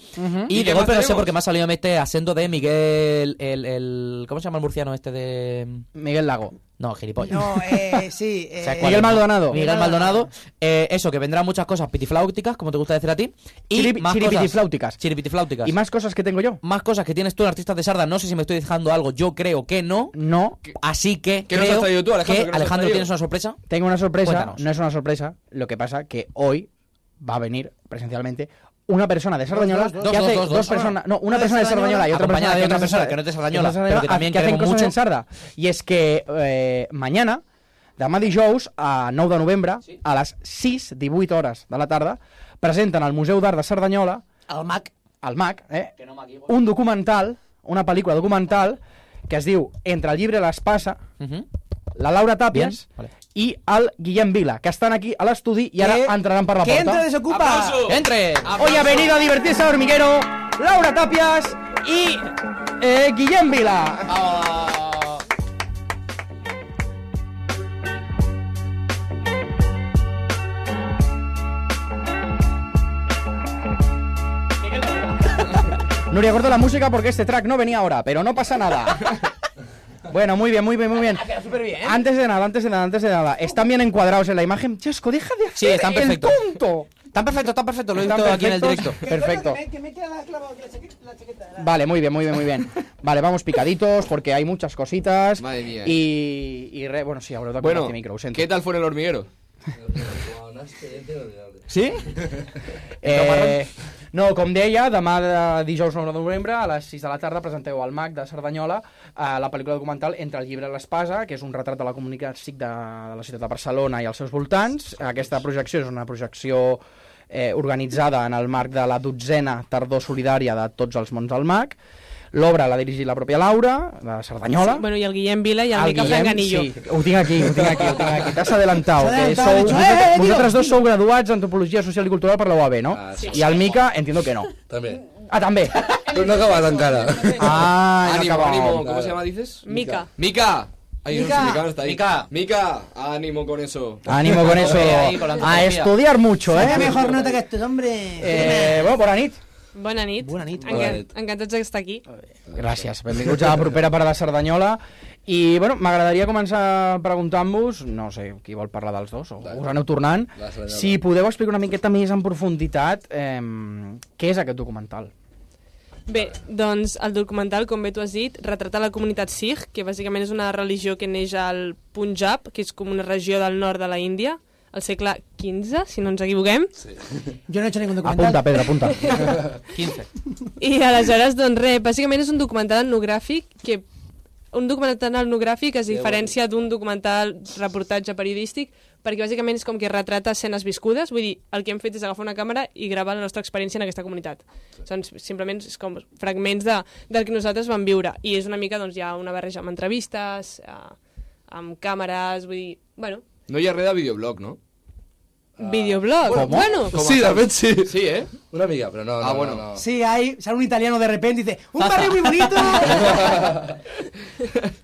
[SPEAKER 5] Y,
[SPEAKER 4] ¿Y
[SPEAKER 5] de
[SPEAKER 4] qué
[SPEAKER 5] golpe
[SPEAKER 4] más
[SPEAKER 5] no sé
[SPEAKER 4] tenemos?
[SPEAKER 5] por qué me ha salido este acento de Miguel, el, el- ¿cómo se llama el murciano este de...?
[SPEAKER 1] eh, Miguel Lago.
[SPEAKER 5] No, gilipollas.
[SPEAKER 2] No, eh, sí. eh,
[SPEAKER 5] O sea, ¿cuál
[SPEAKER 1] Miguel
[SPEAKER 5] es?
[SPEAKER 1] Maldonado.
[SPEAKER 5] Miguel Maldonado. Eh, eso, que vendrán muchas cosas pitifláuticas, como te gusta decir a ti. Y
[SPEAKER 1] Chirip-
[SPEAKER 5] más
[SPEAKER 1] chiripitifláuticas.
[SPEAKER 5] cosas. Chiripitifláuticas.
[SPEAKER 1] ¿Y más cosas que tengo yo?
[SPEAKER 5] más cosas que tienes tú en Artistas de Sarda. No sé si me estoy dejando algo, yo creo que no.
[SPEAKER 1] No,
[SPEAKER 5] Así que
[SPEAKER 4] ¿Qué nos
[SPEAKER 5] creo
[SPEAKER 4] has traído tú, Alejandro?
[SPEAKER 5] que,
[SPEAKER 4] ¿Qué nos has
[SPEAKER 5] Alejandro,
[SPEAKER 4] traído?
[SPEAKER 5] ¿tienes una sorpresa?
[SPEAKER 1] tengo una sorpresa.
[SPEAKER 5] Cuéntanos.
[SPEAKER 1] No es una sorpresa. Lo que pasa que hoy va a venir presencialmente una persona de Sardañola
[SPEAKER 2] Dos, dos,
[SPEAKER 1] que
[SPEAKER 5] dos,
[SPEAKER 1] hace
[SPEAKER 5] dos, dos.
[SPEAKER 1] personas, no, una persona de Sardañola y otra persona,
[SPEAKER 5] Acompañada
[SPEAKER 1] que
[SPEAKER 5] de otra
[SPEAKER 1] no es
[SPEAKER 5] persona
[SPEAKER 1] Sar-
[SPEAKER 5] que no es de Sardañola,
[SPEAKER 1] que no es de
[SPEAKER 5] pero que
[SPEAKER 1] Sardañola,
[SPEAKER 5] también
[SPEAKER 1] que hacen
[SPEAKER 5] queremos
[SPEAKER 1] coses
[SPEAKER 5] mucho.
[SPEAKER 1] en Sarda. I és que eh, mañana, demà dijous, a 9 de novembre, a les 6, 18 hores de la tarda, presenten al Museu d'Art de Cerdanyola
[SPEAKER 2] Al Mac.
[SPEAKER 1] al MAC, eh? un documental, una pel·lícula documental, que es diu Entre el llibre i l'espasa,
[SPEAKER 5] Ujú.
[SPEAKER 1] la Laura Tàpies
[SPEAKER 5] Bien, vale.
[SPEAKER 1] i el Guillem Vila, que estan aquí a l'estudi i ara
[SPEAKER 2] Que-
[SPEAKER 1] entraran per la
[SPEAKER 2] Que entra
[SPEAKER 1] porta.
[SPEAKER 2] desocupa.
[SPEAKER 4] ¡Aplauso!
[SPEAKER 5] ¡Entre!
[SPEAKER 1] Hoy ha venido a divertirse a Hormiguero Laura Tapias y eh, Guillem Vila. Nuria, corto la música porque este track no venía ahora, pero no pasa nada. Bueno, muy bien, muy bien, muy bien. Antes de nada, antes de nada, antes de nada, están bien encuadrados en la imagen. Chesco, deja de hacer
[SPEAKER 5] Sí, están
[SPEAKER 1] el
[SPEAKER 5] perfectos.
[SPEAKER 1] tonto.
[SPEAKER 5] Tan perfecto, tan perfecto, lo he visto
[SPEAKER 1] Están
[SPEAKER 5] aquí en el
[SPEAKER 1] perfectos.
[SPEAKER 5] directo.
[SPEAKER 1] Perfecto.
[SPEAKER 2] Que me- Que me queda la clava- la
[SPEAKER 5] Pues
[SPEAKER 2] chaqueta- la chaqueta. la-
[SPEAKER 1] Vale, muy bien, muy bien, muy bien. Vale, vamos picaditos porque hay muchas cositas.
[SPEAKER 4] Madre mía.
[SPEAKER 1] Y, y re- bueno, sí, habrá de
[SPEAKER 4] Bueno,
[SPEAKER 1] este micro, lo siento.
[SPEAKER 4] ¿qué tal fue en el hormiguero?
[SPEAKER 5] ¿Sí?
[SPEAKER 1] Eh, no, com deia, demà de dijous 9 de novembre a les 6 de la tarda presenteu al MAC de Cerdanyola eh, la pel·lícula documental Entre el llibre i l'espasa, que és un retrat de la comunitat SIC de, de la ciutat de Barcelona i els seus voltants. Aquesta projecció és una projecció eh, organitzada en el marc de la dotzena tardor solidària de tots els mons del MAC. L'obra l'ha dirigit la pròpia Laura, de Cerdanyola.
[SPEAKER 7] Bueno, y al Guillem Vila y al
[SPEAKER 1] Al
[SPEAKER 7] Mica
[SPEAKER 1] Guillem,
[SPEAKER 7] Franganillo.
[SPEAKER 1] sí, ho tinc aquí, ho tinc aquí, ho tinc aquí. T'has adelantat.
[SPEAKER 2] S'ha
[SPEAKER 1] Que
[SPEAKER 2] adelantat,
[SPEAKER 1] sou,
[SPEAKER 2] ha dicho,
[SPEAKER 1] vosaltres,
[SPEAKER 2] "Eh, eh, tío".
[SPEAKER 1] vosaltres dos sou graduats d'Antropologia Social i Cultural per la UAB, no?
[SPEAKER 5] Ah,
[SPEAKER 1] I el Mica, entiendo que no.
[SPEAKER 8] També.
[SPEAKER 1] Ah, també.
[SPEAKER 8] Però no ha acabat encara.
[SPEAKER 1] Ah, no
[SPEAKER 4] ánimo,
[SPEAKER 1] acabao.
[SPEAKER 4] ánimo. ¿Cómo se llama, dices?
[SPEAKER 7] Mica.
[SPEAKER 4] ¡Mica! Ay, no sé, Mica no está ahí.
[SPEAKER 5] Mica.
[SPEAKER 4] Mica, ánimo con eso.
[SPEAKER 1] Ánimo con eso.
[SPEAKER 5] Ahí, ahí, con la
[SPEAKER 1] A
[SPEAKER 5] antropología.
[SPEAKER 1] estudiar mucho,
[SPEAKER 2] Saca
[SPEAKER 1] ¿eh?
[SPEAKER 2] mejor nota que estos hombres.
[SPEAKER 1] Eh, bueno, bona nit.
[SPEAKER 3] Bona nit.
[SPEAKER 2] Bona nit.
[SPEAKER 3] Enca
[SPEAKER 4] Bona nit.
[SPEAKER 3] Encantats d'estar aquí.
[SPEAKER 1] Gràcies, benvinguts a la propera part de Cerdanyola. I, bueno, m'agradaria començar preguntant-vos, no sé, qui vol parlar dels dos, o
[SPEAKER 4] Dale.
[SPEAKER 1] us aneu tornant,
[SPEAKER 4] Va, Cerdanyola.
[SPEAKER 1] si podeu explicar una miqueta més en profunditat eh, què és aquest documental.
[SPEAKER 3] Bé, doncs el documental, com bé tu has dit, retrata la comunitat Sikh, que bàsicament és una religió que neix al Punjab, que és com una regió del nord de la Índia, al segle XV, si no ens equivoquem.
[SPEAKER 2] Yo no he hecho ningún documental.
[SPEAKER 1] Apunta, Pedro, apunta.
[SPEAKER 5] 15.
[SPEAKER 3] I aleshores, doncs res, bàsicament és un documental etnogràfic que un documental etnogràfic es diferència d'un documental reportatge periodístic perquè bàsicament és com que retrata escenes viscudes, vull dir, el que hem fet és agafar una càmera i gravar la nostra experiència en aquesta comunitat. Són simplement és com fragments de, del que nosaltres vam viure i és una mica, doncs, hi ha una barreja amb entrevistes, eh, amb càmeres, vull dir, bueno,
[SPEAKER 4] No hi ha res de videoblog, no?
[SPEAKER 3] videoblog. Bueno,
[SPEAKER 4] sí, de fet sí. Sí, eh? Una mica, però no, no,
[SPEAKER 5] Ah, bueno.
[SPEAKER 4] no, no.
[SPEAKER 2] Sí, hay, sale un italiano de repente y dice, ¡un barrio muy bonito!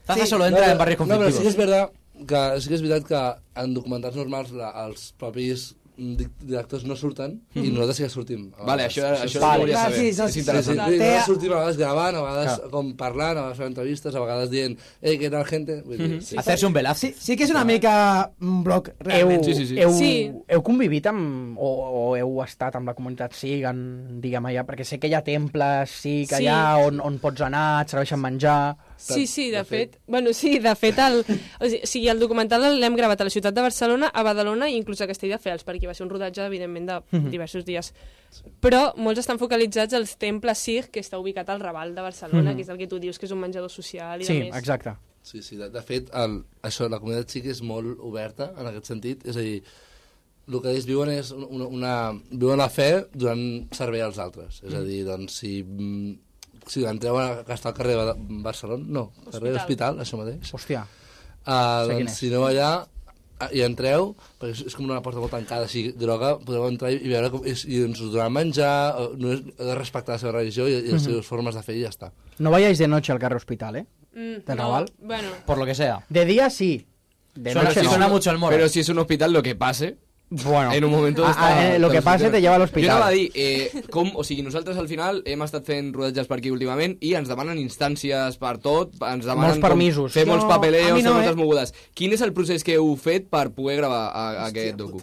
[SPEAKER 5] Zaza solo entra en barrios
[SPEAKER 7] No, però sí que
[SPEAKER 5] conflictivos.
[SPEAKER 7] és veritat que, sí que, és veritat que en documentals normals la, els propis di- directors no surten i nosaltres sí que sortim. a
[SPEAKER 4] Vale,
[SPEAKER 7] vegades.
[SPEAKER 4] això, això
[SPEAKER 7] sí,
[SPEAKER 4] no ho volia
[SPEAKER 2] Clar,
[SPEAKER 4] saber.
[SPEAKER 2] sí,
[SPEAKER 4] és
[SPEAKER 2] sí,
[SPEAKER 7] sí, sí,
[SPEAKER 2] sí.
[SPEAKER 4] interessant.
[SPEAKER 2] Té-
[SPEAKER 7] nosaltres sortim a vegades gravant, a vegades com parlant, a vegades fent entrevistes, a vegades dient «Eh, què tal, gente?» Vull dir, sí.
[SPEAKER 5] Hacerse mm, un velazo.
[SPEAKER 2] sí, sí que es una mica un blog
[SPEAKER 1] Heu,
[SPEAKER 2] realmente.
[SPEAKER 4] Sí, sí, sí.
[SPEAKER 1] heu,
[SPEAKER 3] Sí.
[SPEAKER 1] heu convivit amb, o, o heu estat amb la comunitat SIG, en, diguem allà, perquè sé que hi ha temples SIG
[SPEAKER 3] Sí.
[SPEAKER 1] allà on, on pots anar, et serveixen menjar...
[SPEAKER 3] Sí, sí, de, fet. Bueno, sí, de fet, el, o sigui- sigui, el documental l'hem gravat a la ciutat de Barcelona, a Badalona i inclús a Castelldefels, perquè va ser un rodatge, evidentment, de
[SPEAKER 1] Mhm.
[SPEAKER 3] diversos dies. Però molts estan focalitzats als temples Sikh, que està ubicat al Raval de Barcelona, que és el que tu dius que és un menjador social i
[SPEAKER 1] Mhm. Sí,
[SPEAKER 3] de més.
[SPEAKER 1] exacte.
[SPEAKER 7] Sí, sí, de, de fet, el, això, la comunitat sí que és molt oberta en aquest sentit, és a dir, el que ells viuen és un- una, una, viuen la fe donant servei als altres. És a dir, doncs, si, mm, si entreu a gastar al carrer de Ba- Barcelona, no, carrer
[SPEAKER 3] Hospital.
[SPEAKER 7] Hospital, això mateix,
[SPEAKER 1] Hòstia.
[SPEAKER 7] uh,
[SPEAKER 1] sé quin és.
[SPEAKER 7] doncs, si no allà ah, hi entreu, perquè és- és com una porta molt tancada, així, groga, podeu entrar i, i veure com, és, i ens ho donaran menjar, o- no és, heu de respectar la seva religió i, i les seves formes de fer i ja està.
[SPEAKER 1] No vayáis de noche al carrer hospital, eh?
[SPEAKER 3] Mm,
[SPEAKER 1] Del Raval?
[SPEAKER 3] No, bueno,
[SPEAKER 5] Por lo que sea.
[SPEAKER 1] De día sí. De
[SPEAKER 5] Suena-
[SPEAKER 1] noche
[SPEAKER 5] sí,
[SPEAKER 1] no.
[SPEAKER 5] suena mucho el moro.
[SPEAKER 4] Pero si es un hospital, lo que pase.
[SPEAKER 1] Bueno.
[SPEAKER 4] En un momento
[SPEAKER 1] Ah,
[SPEAKER 4] està-
[SPEAKER 1] ah, eh, lo que pase te lleva al hospital.
[SPEAKER 4] Jo anava a dir, eh, com, o sigui, nosaltres al final hem estat fent rodatges per aquí últimament i ens demanen instàncies per tot, ens demanen...
[SPEAKER 1] Molts
[SPEAKER 4] com
[SPEAKER 1] permisos.
[SPEAKER 4] Fer
[SPEAKER 1] No,
[SPEAKER 4] molts papeleos,
[SPEAKER 2] a mi no,
[SPEAKER 4] fer moltes
[SPEAKER 2] eh.
[SPEAKER 4] mogudes. Quin és el procés que heu fet per poder gravar a, a aquest docu?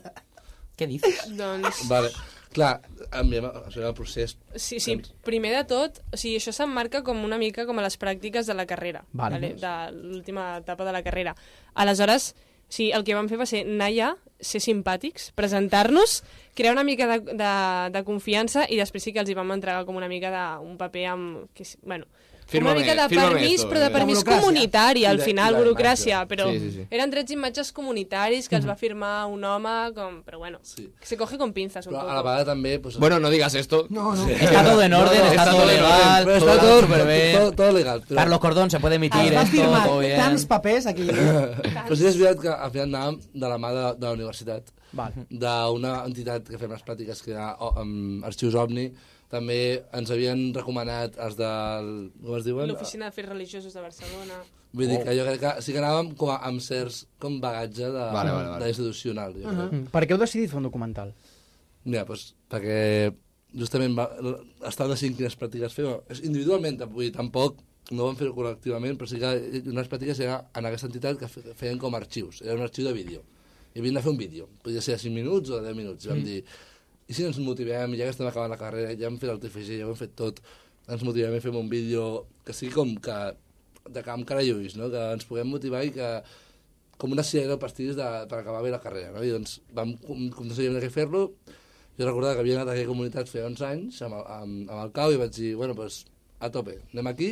[SPEAKER 5] ¿Qué dices?
[SPEAKER 3] doncs...
[SPEAKER 7] Vale. Clar, enviem, això era el procés
[SPEAKER 3] Sí, sí,
[SPEAKER 7] Doncs-
[SPEAKER 3] primer de tot, o sigui, això s'emmarca com una mica com a les pràctiques de la carrera,
[SPEAKER 1] Vale.
[SPEAKER 3] de l'última etapa de la carrera. Aleshores, o sigui, el que vam fer va ser anar allà, ser simpàtics, presentar-nos, crear una mica de, de, de confiança i després sí que els hi vam entregar com una mica d'un paper amb... Que, és- bueno, com
[SPEAKER 4] Firma-me,
[SPEAKER 3] una mica de
[SPEAKER 4] firma-me
[SPEAKER 3] permís,
[SPEAKER 4] esto,
[SPEAKER 3] però de
[SPEAKER 4] eh.
[SPEAKER 3] permís
[SPEAKER 2] burocràcia.
[SPEAKER 3] comunitari,
[SPEAKER 7] I
[SPEAKER 3] al
[SPEAKER 7] de- i
[SPEAKER 3] final,
[SPEAKER 7] la
[SPEAKER 3] burocràcia,
[SPEAKER 7] imatge.
[SPEAKER 3] però
[SPEAKER 4] Sí, sí, sí.
[SPEAKER 3] eren drets imatges comunitaris que els va firmar un home, com, però bueno,
[SPEAKER 7] Sí.
[SPEAKER 3] que se coge con pinzas un
[SPEAKER 7] Però
[SPEAKER 3] poco.
[SPEAKER 7] a la vegada també... Doncs,
[SPEAKER 4] Bueno, no digas esto. No, no.
[SPEAKER 5] Está todo en orden, está, todo legal,
[SPEAKER 7] però
[SPEAKER 5] todo,
[SPEAKER 7] està tot,
[SPEAKER 5] súper bien.
[SPEAKER 7] Todo, todo legal. Però,
[SPEAKER 5] Carlos Cordón se puede
[SPEAKER 2] Ah,
[SPEAKER 5] emitir
[SPEAKER 2] va a
[SPEAKER 5] esto,
[SPEAKER 2] firmar
[SPEAKER 5] todo bien.
[SPEAKER 2] tants papers aquí.
[SPEAKER 7] però sí que és veritat que al final anàvem de la mà de, de la universitat,
[SPEAKER 1] Val.
[SPEAKER 7] d'una entitat que fem les pràctiques, que era o, amb Arxius Omni, també ens havien recomanat els del... Com es diuen?
[SPEAKER 3] L'Oficina de Fets Religiosos de Barcelona.
[SPEAKER 7] Vull dir que
[SPEAKER 4] Oh.
[SPEAKER 7] jo crec que sí que anàvem com a, amb certs com bagatge de,
[SPEAKER 4] Vale, vale, vale.
[SPEAKER 7] de institucional. Jo crec.
[SPEAKER 1] Mm, Per què heu decidit fer un documental?
[SPEAKER 7] Mira, doncs, perquè justament va, estan decidint quines pràctiques fer. Bueno, és individualment, vull dir, tampoc no ho van fer col·lectivament, però sí que unes pràctiques era en aquesta entitat que fe- feien com a arxius. Era un arxiu de vídeo. I havien de fer un vídeo. Podia ser de 5 minuts o de 10 minuts. I vam dir, i si ens motivem, ja que estem acabant la carrera, ja hem fet el TFG, ja ho hem fet tot, ens motivem i fem un vídeo que sigui com que de camp cara i ulls, no? que ens puguem motivar i que com una cirera de pastilles de, per acabar bé la carrera. No? I doncs vam com, com no sabíem què fer-lo, jo recordava que havia anat a aquella comunitat feia 11 anys amb el, amb, amb el cau i vaig dir, bueno, doncs a tope, anem aquí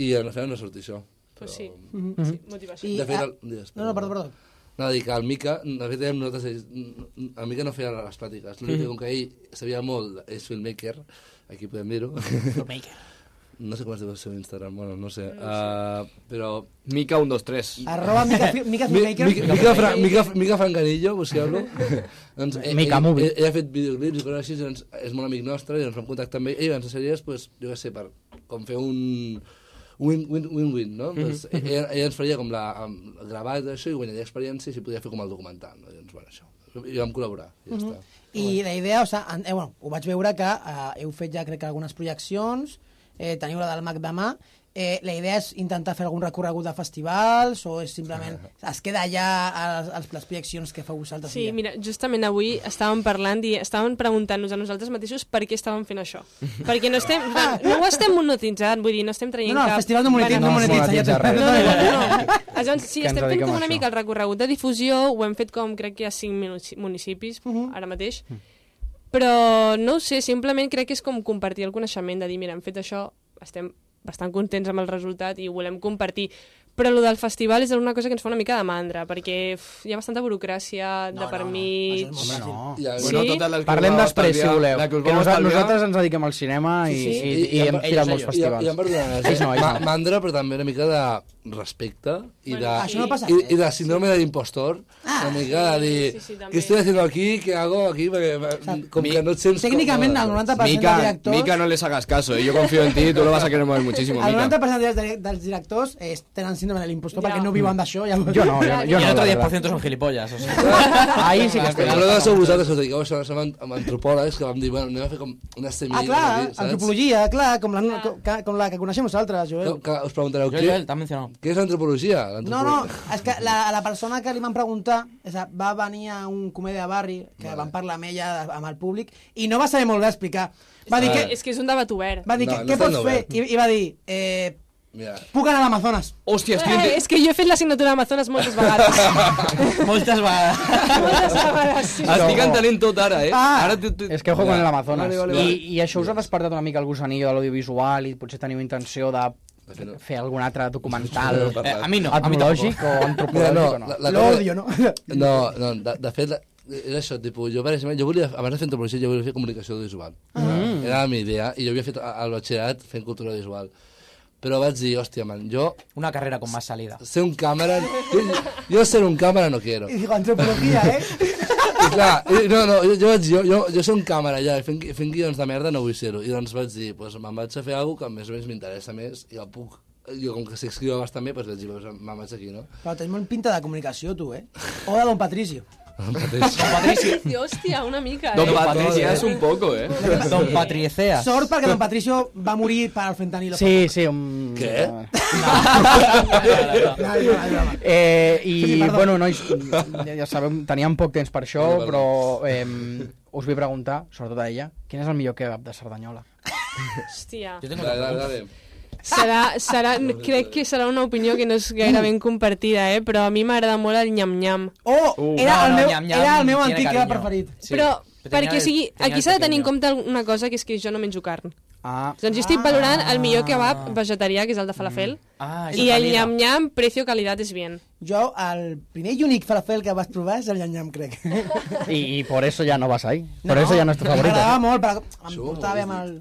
[SPEAKER 7] i en el final no surt això.
[SPEAKER 3] Pues sí.
[SPEAKER 2] Mhm.
[SPEAKER 3] sí, motivació.
[SPEAKER 2] I,
[SPEAKER 7] De fet,
[SPEAKER 2] ah,
[SPEAKER 7] el... digues,
[SPEAKER 2] no, no, perdó, perdó.
[SPEAKER 7] no, dic, el Mica, de fet, érem nosaltres, ells, el Mica no feia les pràctiques,
[SPEAKER 2] Mm-hmm.
[SPEAKER 7] l'únic que com que ell sabia molt, és filmmaker, aquí podem dir-ho. Filmmaker. No sé com es diu el seu Instagram, bueno, no sé. No Uh, però...
[SPEAKER 4] Mica 1, 2, 3.
[SPEAKER 2] Arroba Mica, Fi- Mica
[SPEAKER 7] Mi-
[SPEAKER 2] Filmmaker.
[SPEAKER 7] Mica, Mica, Fra, Mica, Mica Franganillo, busqueu-lo. doncs, eh,
[SPEAKER 1] Mica
[SPEAKER 7] ell,
[SPEAKER 1] Movie.
[SPEAKER 7] ell, ell, ha fet videoclips i coses així, doncs, és molt amic nostre, i ens vam contactar amb ell, i ens ensenyaries, pues, jo què sé, per com fer un win-win-win, no? Doncs, ell, ell ens faria com la, amb, gravar i tot això i guanyaria experiència i si podia fer com el documental, no? I doncs, bueno, això. i vam col·laborar. I ja està.
[SPEAKER 2] I la idea, o sigui, en, eh, bueno, ho vaig veure que eh, heu fet ja crec que algunes projeccions, eh, teniu la del MAC demà, eh, la idea és intentar fer algun recorregut de festivals o és simplement es queda ja als, als, les projeccions que feu vosaltres? i
[SPEAKER 3] Sí,
[SPEAKER 2] ja?
[SPEAKER 3] mira, justament avui estàvem parlant i estàvem preguntant-nos a nosaltres mateixos per què estàvem fent això. Perquè no estem... No, no ho estem monetitzant, vull dir, no estem traient
[SPEAKER 2] No, no, el
[SPEAKER 3] cap...
[SPEAKER 2] festival no monetitza,
[SPEAKER 3] benefici.
[SPEAKER 2] no,
[SPEAKER 1] No,
[SPEAKER 2] monetitza.
[SPEAKER 1] monetitza
[SPEAKER 2] Ja
[SPEAKER 1] res.
[SPEAKER 3] No, no, no, no. Llavors, sí,
[SPEAKER 1] Que ens
[SPEAKER 3] estem fent
[SPEAKER 1] dediquem
[SPEAKER 3] com
[SPEAKER 1] a
[SPEAKER 3] una
[SPEAKER 1] això.
[SPEAKER 3] mica el recorregut de difusió, ho hem fet com crec que a 5 minuci- municipis, ara mateix, però no ho sé, simplement crec que és com compartir el coneixement, de dir, mira, hem fet això, estem bastant contents amb el resultat i ho volem compartir. Però el del festival és una cosa que ens fa una mica de mandra, perquè uf, hi ha bastanta burocràcia de
[SPEAKER 2] Això és
[SPEAKER 3] permís...
[SPEAKER 2] molt fàcil.
[SPEAKER 7] I a-
[SPEAKER 3] Sí.
[SPEAKER 4] totes les que us
[SPEAKER 1] Parlem
[SPEAKER 4] vau
[SPEAKER 1] després, si
[SPEAKER 4] estalviar-
[SPEAKER 1] voleu.
[SPEAKER 4] la us
[SPEAKER 1] Que
[SPEAKER 4] vau
[SPEAKER 1] nosa-
[SPEAKER 4] estalviar-
[SPEAKER 1] nosaltres ens dediquem al cinema i, i, i,
[SPEAKER 7] em-
[SPEAKER 1] hem
[SPEAKER 7] ells
[SPEAKER 1] tirat molts
[SPEAKER 7] i-
[SPEAKER 1] festivals.
[SPEAKER 7] I, i em perdonen,
[SPEAKER 1] Ells no, ells
[SPEAKER 7] ma,
[SPEAKER 1] no.
[SPEAKER 7] mandra, però també una mica de respecte i de,
[SPEAKER 2] Això no passa
[SPEAKER 7] i,
[SPEAKER 2] res. Ah.
[SPEAKER 7] i de síndrome de l'impostor. una mica de dir,
[SPEAKER 3] sí, sí, també.
[SPEAKER 7] què estoy haciendo aquí, què hago aquí, perquè va- com que no et sents...
[SPEAKER 2] Tècnicament, el
[SPEAKER 7] còmode.
[SPEAKER 2] 90% dels
[SPEAKER 4] Mica,
[SPEAKER 2] directors...
[SPEAKER 4] Mica, no les hagas caso, eh. yo confío en ti, tú lo vas a querer mover muchísimo,
[SPEAKER 2] El
[SPEAKER 4] Mica.
[SPEAKER 2] 90% dels, dire- dels directors eh, tenen síndrome de l'impostor
[SPEAKER 3] Ja.
[SPEAKER 2] perquè no viuen d'això. Ja.
[SPEAKER 1] Jo no, jo, no, jo
[SPEAKER 5] y
[SPEAKER 1] no,
[SPEAKER 5] el otro
[SPEAKER 1] la
[SPEAKER 5] 10% son gilipollas. O sea.
[SPEAKER 1] verdad. Ahí sí que
[SPEAKER 7] Però
[SPEAKER 1] estoy.
[SPEAKER 7] no de ser vosaltres que us dediqueu a això, som an- amb antropòlegs que vam dir, bueno, anem a fer com una semilla.
[SPEAKER 2] Ah, clar,
[SPEAKER 7] saps?
[SPEAKER 2] antropologia, clar, com la, com, com la que coneixem nosaltres,
[SPEAKER 7] Que,
[SPEAKER 2] Joel.
[SPEAKER 7] que us preguntareu,
[SPEAKER 5] Yo,
[SPEAKER 7] què,
[SPEAKER 5] Joel, te han mencionado.
[SPEAKER 7] què és antropologia?
[SPEAKER 2] No, no, és que la, la persona que li van preguntar o sea, va venir a un comèdia de barri que vale. van parlar amb ella, amb el públic, i no va saber molt bé explicar. Va dir,
[SPEAKER 3] És,
[SPEAKER 2] que,
[SPEAKER 3] que, és que és un debat obert.
[SPEAKER 2] va dir
[SPEAKER 7] No,
[SPEAKER 2] que,
[SPEAKER 7] no
[SPEAKER 2] què
[SPEAKER 7] està
[SPEAKER 2] pots fer?
[SPEAKER 7] obert.
[SPEAKER 2] I, I va dir, eh,
[SPEAKER 7] Mira,
[SPEAKER 2] puc anar a l'Amazones.
[SPEAKER 4] Hostia, estoy
[SPEAKER 3] Eh,
[SPEAKER 4] ente-
[SPEAKER 3] és que jo he fet l'assignatura d'Amazones moltes vegades.
[SPEAKER 5] Moltes vegades.
[SPEAKER 3] moltes vegades, sí.
[SPEAKER 4] estic entenent tot ara, eh?
[SPEAKER 2] Ah,
[SPEAKER 4] Ara tu- tu-
[SPEAKER 1] És que ojo
[SPEAKER 4] Ja.
[SPEAKER 1] con l'Amazones.
[SPEAKER 4] Vale,
[SPEAKER 1] Vale,
[SPEAKER 4] vale,
[SPEAKER 1] vale,
[SPEAKER 4] vale.
[SPEAKER 1] I, I això us ha despertat una mica el gusanillo de l'audiovisual i potser teniu intenció de
[SPEAKER 7] De fer-ho.
[SPEAKER 1] fer algun altre documental
[SPEAKER 5] Eh, a mi no, a mi
[SPEAKER 1] etnològic o
[SPEAKER 7] mira, no,
[SPEAKER 1] antropològic o no?
[SPEAKER 7] la, la cosa-
[SPEAKER 2] L'odio, no?
[SPEAKER 7] No, no, de, de fet, la- era això, tipus, jo, per exemple, jo volia, abans de fer antropologia, jo volia fer comunicació audiovisual. Mm. Era la meva idea, i jo havia fet a- al batxillerat fent cultura audiovisual. Però vaig dir, hòstia, man, jo
[SPEAKER 5] Una carrera con más salida.
[SPEAKER 7] ser un càmera... Jo, jo ser un càmera no quiero.
[SPEAKER 2] I digo, antropologia, eh?
[SPEAKER 7] I clar, i- no, no, jo, jo, vaig dir, jo, jo, jo ser un càmera ja, i fent, gui- fent guions de merda no vull ser-ho. I doncs vaig dir, doncs me'n vaig a fer alguna que més o menys m'interessa més, i el puc... Jo, com que sé escriure bastant bé, doncs vaig dir, doncs me'n vaig aquí, no?
[SPEAKER 2] Però tens molt pinta de comunicació, tu, eh? O de Don Patricio.
[SPEAKER 3] Patrici, hòstia, una mica, eh?
[SPEAKER 4] Don Patricia es un poco, eh?
[SPEAKER 5] Don Patrieceas.
[SPEAKER 2] Sort perquè Don Patricio va morir per al fentanil.
[SPEAKER 1] Sí, sí. Un...
[SPEAKER 7] Què?
[SPEAKER 2] No, no, no, no, no.
[SPEAKER 1] Eh, I,
[SPEAKER 2] Sí,
[SPEAKER 1] sí,
[SPEAKER 2] perdó.
[SPEAKER 1] bueno, nois, ja, ja sabem, teníem poc temps per això,
[SPEAKER 7] Vale, vale.
[SPEAKER 1] però eh, us vull preguntar, sobretot a ella, quin és el millor kebab de Cerdanyola?
[SPEAKER 3] Hòstia.
[SPEAKER 5] Yo tengo
[SPEAKER 7] Dale, dale, dale.
[SPEAKER 3] Serà, serà, crec que serà una opinió que no és gaire ben compartida, eh? però a mi m'agrada molt el nyam-nyam.
[SPEAKER 2] Oh,
[SPEAKER 5] no,
[SPEAKER 2] era, el
[SPEAKER 5] no,
[SPEAKER 2] meu,
[SPEAKER 5] nyam, nyam,
[SPEAKER 2] era el meu
[SPEAKER 5] tiene
[SPEAKER 2] antic que era
[SPEAKER 5] cariño.
[SPEAKER 2] preferit.
[SPEAKER 5] Sí.
[SPEAKER 3] Però,
[SPEAKER 5] Però tenia
[SPEAKER 3] perquè, o
[SPEAKER 5] el-
[SPEAKER 3] sigui,
[SPEAKER 5] tenia
[SPEAKER 3] aquí
[SPEAKER 5] el
[SPEAKER 3] s'ha de tenir en
[SPEAKER 5] pequeño.
[SPEAKER 3] compte una cosa, que és que jo no menjo carn.
[SPEAKER 1] Ah,
[SPEAKER 3] Doncs jo estic valorant el millor kebab vegetarià, que és el de falafel,
[SPEAKER 5] Ah,
[SPEAKER 3] i el nyam-nyam, precio, qualitat, és bien.
[SPEAKER 2] Jo, el primer i únic falafel que vas provar és el nyam-nyam, crec.
[SPEAKER 1] y, y por eso ya no vas ahí. Por eso ya no es tu favorito.
[SPEAKER 2] M'agradava molt, però em portava bé amb el...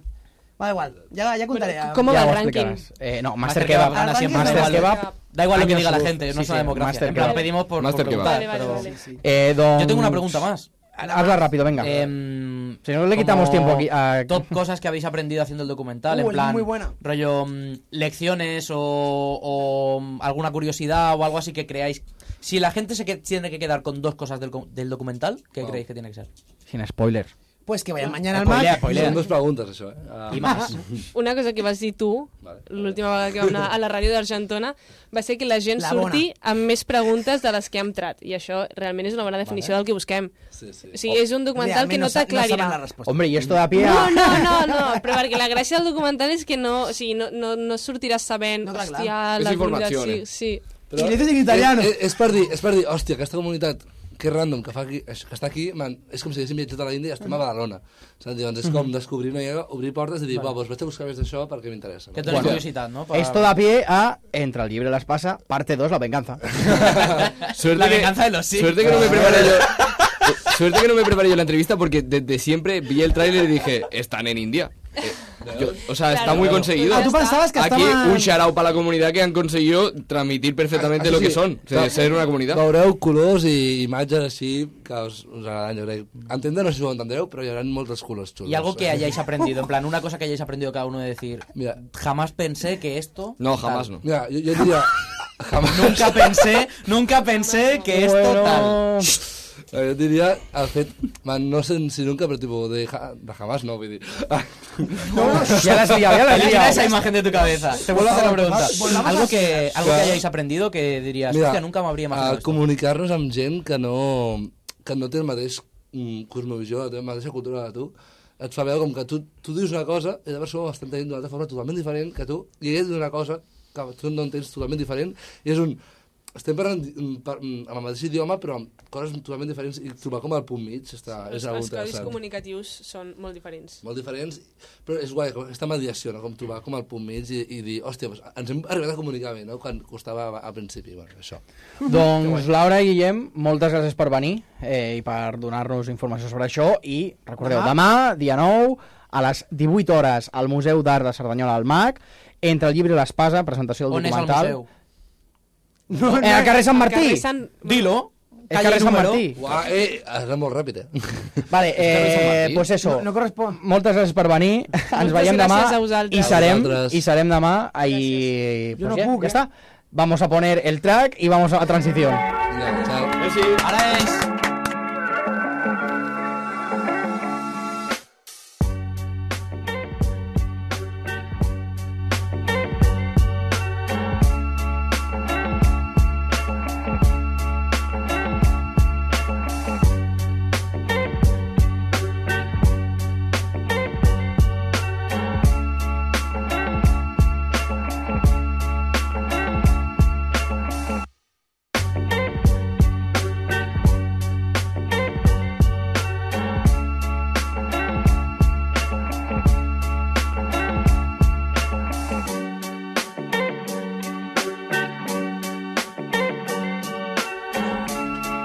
[SPEAKER 2] Va, igual, ja, ja contaré. Bueno,
[SPEAKER 3] Bueno, com- ¿Cómo va
[SPEAKER 1] ya
[SPEAKER 3] el
[SPEAKER 1] lo
[SPEAKER 3] ranking?
[SPEAKER 1] explicarás. Eh, no,
[SPEAKER 5] Master
[SPEAKER 1] Master
[SPEAKER 5] Kebab
[SPEAKER 1] Kebab.
[SPEAKER 5] gana
[SPEAKER 3] Ah,
[SPEAKER 2] ranking es
[SPEAKER 5] siempre. da
[SPEAKER 1] Master
[SPEAKER 5] igual.
[SPEAKER 1] Kebab.
[SPEAKER 5] Da igual lo que
[SPEAKER 1] Año
[SPEAKER 5] diga la
[SPEAKER 1] sur.
[SPEAKER 5] gente, no
[SPEAKER 1] Sí,
[SPEAKER 5] es una
[SPEAKER 1] sí,
[SPEAKER 5] democracia.
[SPEAKER 1] Master
[SPEAKER 5] En plan,
[SPEAKER 1] Kebab.
[SPEAKER 5] pedimos por,
[SPEAKER 4] Master
[SPEAKER 5] por
[SPEAKER 4] Kebab.
[SPEAKER 5] preguntar,
[SPEAKER 3] Vale, vale,
[SPEAKER 5] pero-
[SPEAKER 3] vale.
[SPEAKER 1] Eh, don-
[SPEAKER 5] Yo tengo una pregunta más.
[SPEAKER 1] Hazla rápido, venga.
[SPEAKER 5] Em,
[SPEAKER 1] Si no le quitamos
[SPEAKER 5] como
[SPEAKER 1] tiempo aquí a-
[SPEAKER 5] Top cosas que habéis aprendido haciendo el documental,
[SPEAKER 2] Uh,
[SPEAKER 5] en
[SPEAKER 2] es
[SPEAKER 5] plan.
[SPEAKER 2] muy buena.
[SPEAKER 5] Rollo, mm, lecciones o, o, mm, alguna curiosidad o algo así que creáis. Si la gente se que- tiene que quedar con dos cosas del, co- del documental, ¿qué creéis que tiene que ser?
[SPEAKER 1] Sin spoilers.
[SPEAKER 2] pues que vayan mañana al
[SPEAKER 5] Spoilea,
[SPEAKER 2] mar.
[SPEAKER 5] spoilea.
[SPEAKER 7] Són dues preguntes, això, eh? Ah.
[SPEAKER 5] Y más.
[SPEAKER 3] Una cosa que vas dir tu,
[SPEAKER 7] Vale.
[SPEAKER 3] l'última vegada que vam anar a la ràdio d'Argentona, va ser que la gent
[SPEAKER 2] La bona.
[SPEAKER 3] surti amb més preguntes de les que ha entrat, i això realment és una bona definició del que busquem.
[SPEAKER 7] Sí, sí.
[SPEAKER 3] O sigui, és un documental que no t'aclarirà.
[SPEAKER 1] Hombre, y esto da pie a...
[SPEAKER 3] No, no, no, no, però perquè la gràcia del documental és que no, o sigui, no, no, no sortiràs sabent,
[SPEAKER 2] No,
[SPEAKER 3] no,
[SPEAKER 2] clar, clar.
[SPEAKER 3] hòstia,
[SPEAKER 4] És
[SPEAKER 3] la
[SPEAKER 4] informació,
[SPEAKER 3] comunitat, sí,
[SPEAKER 4] eh?
[SPEAKER 3] sí.
[SPEAKER 2] Si li dices en italiano.
[SPEAKER 7] Eh, És, és, és, per dir, és per dir, hòstia, aquesta comunitat, que random, que, fa aquí, que està aquí, man, és com si haguéssim viatjat a l'Índia i estem a Badalona. Saps? Llavors és com descobrir una llega, obrir portes i dir, va, doncs vaig a buscar més d'això perquè m'interessa.
[SPEAKER 5] Que
[SPEAKER 7] No?
[SPEAKER 5] tenéis curiosidad, ¿no? Para-
[SPEAKER 1] Esto da pie a Entre el libre y la espasa, parte 2, la venganza.
[SPEAKER 4] Suerte
[SPEAKER 5] La
[SPEAKER 4] que-
[SPEAKER 5] venganza de los Sith.
[SPEAKER 4] Suerte que no me preparé yo. Su- Suerte que no me preparé yo la entrevista porque desde siempre vi el tráiler y dije, están en India. Eh, yo- o sea, está muy conseguido.
[SPEAKER 2] Ah, tú pensabas que
[SPEAKER 4] Aquí
[SPEAKER 2] estaban...
[SPEAKER 4] un shout para la comunidad que han conseguido transmitir perfectamente
[SPEAKER 7] Ah,
[SPEAKER 4] lo
[SPEAKER 7] sí,
[SPEAKER 4] que
[SPEAKER 7] sí.
[SPEAKER 4] son, o sea,
[SPEAKER 7] Claro.
[SPEAKER 4] ser una comunidad.
[SPEAKER 7] Veureu colors i imatges així que us, us agradaran, jo crec. Entendre no sé si ho entendreu, pero hi haurà molts colors xulos.
[SPEAKER 5] Y algo que
[SPEAKER 7] eh?
[SPEAKER 5] hayáis aprendido, en plan, una cosa que hayáis aprendido cada uno de decir,
[SPEAKER 7] Mira.
[SPEAKER 5] jamás pensé que esto...
[SPEAKER 4] No, jamás no.
[SPEAKER 7] Mira, jo, jo diria... Jamás.
[SPEAKER 5] Nunca pensé, nunca pensé que esto tal.
[SPEAKER 7] No, jo et diria, el fet, man, no sé si nunca, però tipus de, ja, de jamás no, vull dir.
[SPEAKER 5] Ya la has liado, ya la has liado.
[SPEAKER 1] esa
[SPEAKER 5] imagen de tu cabeza. Te vuelvo a hacer la pregunta. Algo que, algo que hayáis aprendido que dirías, hostia, nunca me habría imaginado.
[SPEAKER 7] a
[SPEAKER 5] esto".
[SPEAKER 7] comunicar-nos amb gent que no, que no té el mateix mm, cosmovisió, la teva mateixa cultura que tu, et fa veure com que tu, tu dius una cosa i la persona l'estan tenint d'una altra forma totalment diferent que tu, i ell diu una cosa que tu no entens totalment diferent, i és un... Estem parlant mm, per, mm, amb el mateix idioma, però amb coses totalment diferents, i trobar com el punt mig està,
[SPEAKER 3] Els,
[SPEAKER 7] és eh, algo
[SPEAKER 3] els codis
[SPEAKER 7] interessant.
[SPEAKER 3] comunicatius són molt diferents.
[SPEAKER 7] molt diferents, però és guai, com aquesta mediació, no? com trobar com el punt mig i, i dir, hòstia, doncs ens hem arribat a comunicar bé, no? quan costava a, a principi, bueno, això.
[SPEAKER 1] Doncs Laura i Guillem, moltes gràcies per venir eh, i per donar-nos informació sobre això i recordeu, demà, dia 9, a les 18 hores al Museu d'Art de Cerdanyola al MAC, entre el llibre i l'espasa, presentació del
[SPEAKER 5] On és el
[SPEAKER 1] documental.
[SPEAKER 5] museu?
[SPEAKER 1] No, no, eh, al carrer Sant
[SPEAKER 3] Al
[SPEAKER 1] Martí.
[SPEAKER 3] carrer Sant-
[SPEAKER 5] Dilo.
[SPEAKER 1] És carrer Sant Martí.
[SPEAKER 5] Ah,
[SPEAKER 7] Uà, eh, has anat molt ràpid, eh?
[SPEAKER 1] Vale,
[SPEAKER 7] carrer Sant
[SPEAKER 1] eh,
[SPEAKER 7] Martí.
[SPEAKER 1] pues eso.
[SPEAKER 2] No, no correspon.
[SPEAKER 1] Moltes gràcies per venir. Ens
[SPEAKER 3] Moltes
[SPEAKER 1] veiem demà
[SPEAKER 3] gràcies a vosaltres.
[SPEAKER 1] i serem
[SPEAKER 7] Vosaltres.
[SPEAKER 1] i serem demà i
[SPEAKER 2] Yo no
[SPEAKER 1] ja,
[SPEAKER 2] puc,
[SPEAKER 1] ja
[SPEAKER 2] eh.
[SPEAKER 1] està. Vamos a poner el track y vamos a transición.
[SPEAKER 7] Vinga, xau.
[SPEAKER 5] Ahora es...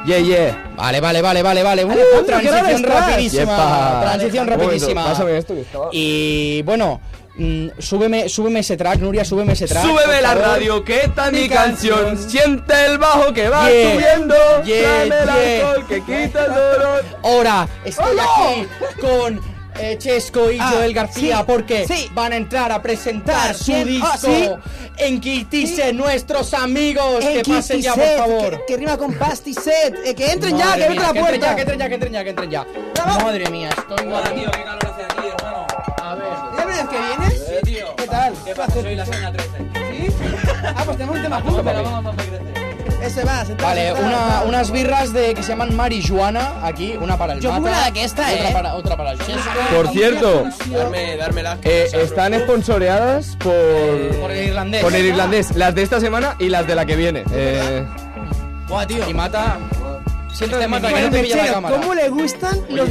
[SPEAKER 4] Yeah, yeah.
[SPEAKER 5] Vale, vale, vale, vale, vale. Uh,
[SPEAKER 1] transición rapidísima.
[SPEAKER 4] Yepa.
[SPEAKER 1] Transición
[SPEAKER 4] Un momento,
[SPEAKER 1] rapidísima.
[SPEAKER 4] pásame esto que estaba-
[SPEAKER 1] Y bueno, mm, súbeme, súbeme ese track, Nuria, súbeme ese track.
[SPEAKER 4] Súbeme
[SPEAKER 1] por
[SPEAKER 4] la
[SPEAKER 1] favor.
[SPEAKER 4] radio, que esta es mi
[SPEAKER 1] Mi
[SPEAKER 4] canción.
[SPEAKER 1] canción.
[SPEAKER 4] Siente el bajo que va
[SPEAKER 1] Yeah,
[SPEAKER 4] subiendo.
[SPEAKER 1] yeah,
[SPEAKER 4] Tráeme el
[SPEAKER 1] yeah.
[SPEAKER 4] alcohol que quita el dolor.
[SPEAKER 1] Ahora estoy aquí con eh, Chesco y Joel García porque van a entrar a presentar su
[SPEAKER 2] ¿Quién?
[SPEAKER 1] disco
[SPEAKER 2] Ah, ¿sí?
[SPEAKER 1] en Quitice, nuestros amigos. Pues que pasen ya, por
[SPEAKER 2] Set,
[SPEAKER 1] favor.
[SPEAKER 2] Que, que rima con pastiset. Eh, que entren ya,
[SPEAKER 1] Madre mía,
[SPEAKER 2] que entren a la
[SPEAKER 1] entren ya,
[SPEAKER 2] puerta.
[SPEAKER 1] que entren ya, que entren ya, que entren ya. Madre mía, estoy
[SPEAKER 5] Hola, tío, qué calor hace aquí, hermano.
[SPEAKER 1] A ver.
[SPEAKER 2] ¿Es la primera vez que vienes?
[SPEAKER 5] Eh, tío.
[SPEAKER 2] ¿Qué tal?
[SPEAKER 5] ¿Qué pasa? Soy la seña 13.
[SPEAKER 2] ¿Sí? Ah, pues tenemos un tema
[SPEAKER 5] ¿Cómo
[SPEAKER 2] junto.
[SPEAKER 5] me la vamos a crecer?
[SPEAKER 2] Ese va, sentado.
[SPEAKER 1] Vale, una, unas birras de que se llaman Marijuana, aquí, una para el
[SPEAKER 2] Yo
[SPEAKER 1] Mata,
[SPEAKER 2] como la de que esta,
[SPEAKER 1] otra
[SPEAKER 2] eh.
[SPEAKER 1] para, otra para el Chesco.
[SPEAKER 4] Por cierto,
[SPEAKER 5] Darme, dármela.
[SPEAKER 4] eh, están esponsoreadas por,
[SPEAKER 1] Por el irlandés.
[SPEAKER 4] por el irlandés. Las de esta semana y las de la que viene. Eh,
[SPEAKER 1] Buah, tío. Y Mata... Siéntate, Mata, que
[SPEAKER 2] Bueno,
[SPEAKER 1] no te pilla la
[SPEAKER 2] mechero,
[SPEAKER 1] cámara.
[SPEAKER 2] ¿Cómo le gustan los,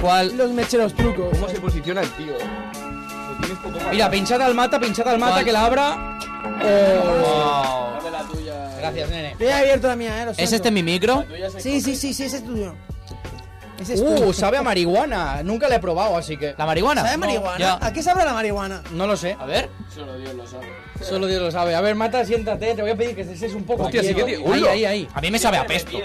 [SPEAKER 5] ¿Cuál?
[SPEAKER 2] los mecheros trucos?
[SPEAKER 4] ¿Cómo se posiciona el tío? Lo tienes poco mal.
[SPEAKER 1] Mira, pinchad al Mata, pinchad al Mata,
[SPEAKER 5] ¿Cuál?
[SPEAKER 1] que la abra. Oh.
[SPEAKER 5] Wow.
[SPEAKER 1] Gracias, nene.
[SPEAKER 2] Le he abierto la mía, eh. lo
[SPEAKER 5] ¿Es
[SPEAKER 2] siento.
[SPEAKER 5] este mi micro?
[SPEAKER 2] Sí, sí, sí, sí, ese es tuyo. Ese es tuyo.
[SPEAKER 1] Uh, sabe a marihuana. Nunca la he probado, así que...
[SPEAKER 5] ¿La marihuana?
[SPEAKER 2] ¿Sabe a
[SPEAKER 5] No,
[SPEAKER 2] marihuana?
[SPEAKER 5] ya.
[SPEAKER 2] ¿A qué sabe la marihuana?
[SPEAKER 1] No lo sé.
[SPEAKER 5] A ver.
[SPEAKER 1] Solo Dios lo sabe. A ver, Mata, siéntate. Te voy a pedir que cesses un poco.
[SPEAKER 4] Hostia,
[SPEAKER 1] aquí,
[SPEAKER 4] sí que
[SPEAKER 1] ¿no?
[SPEAKER 4] tiene-
[SPEAKER 1] Ahí,
[SPEAKER 4] ¡Hola!
[SPEAKER 1] ahí, ahí.
[SPEAKER 5] A mí me sabe a pesto.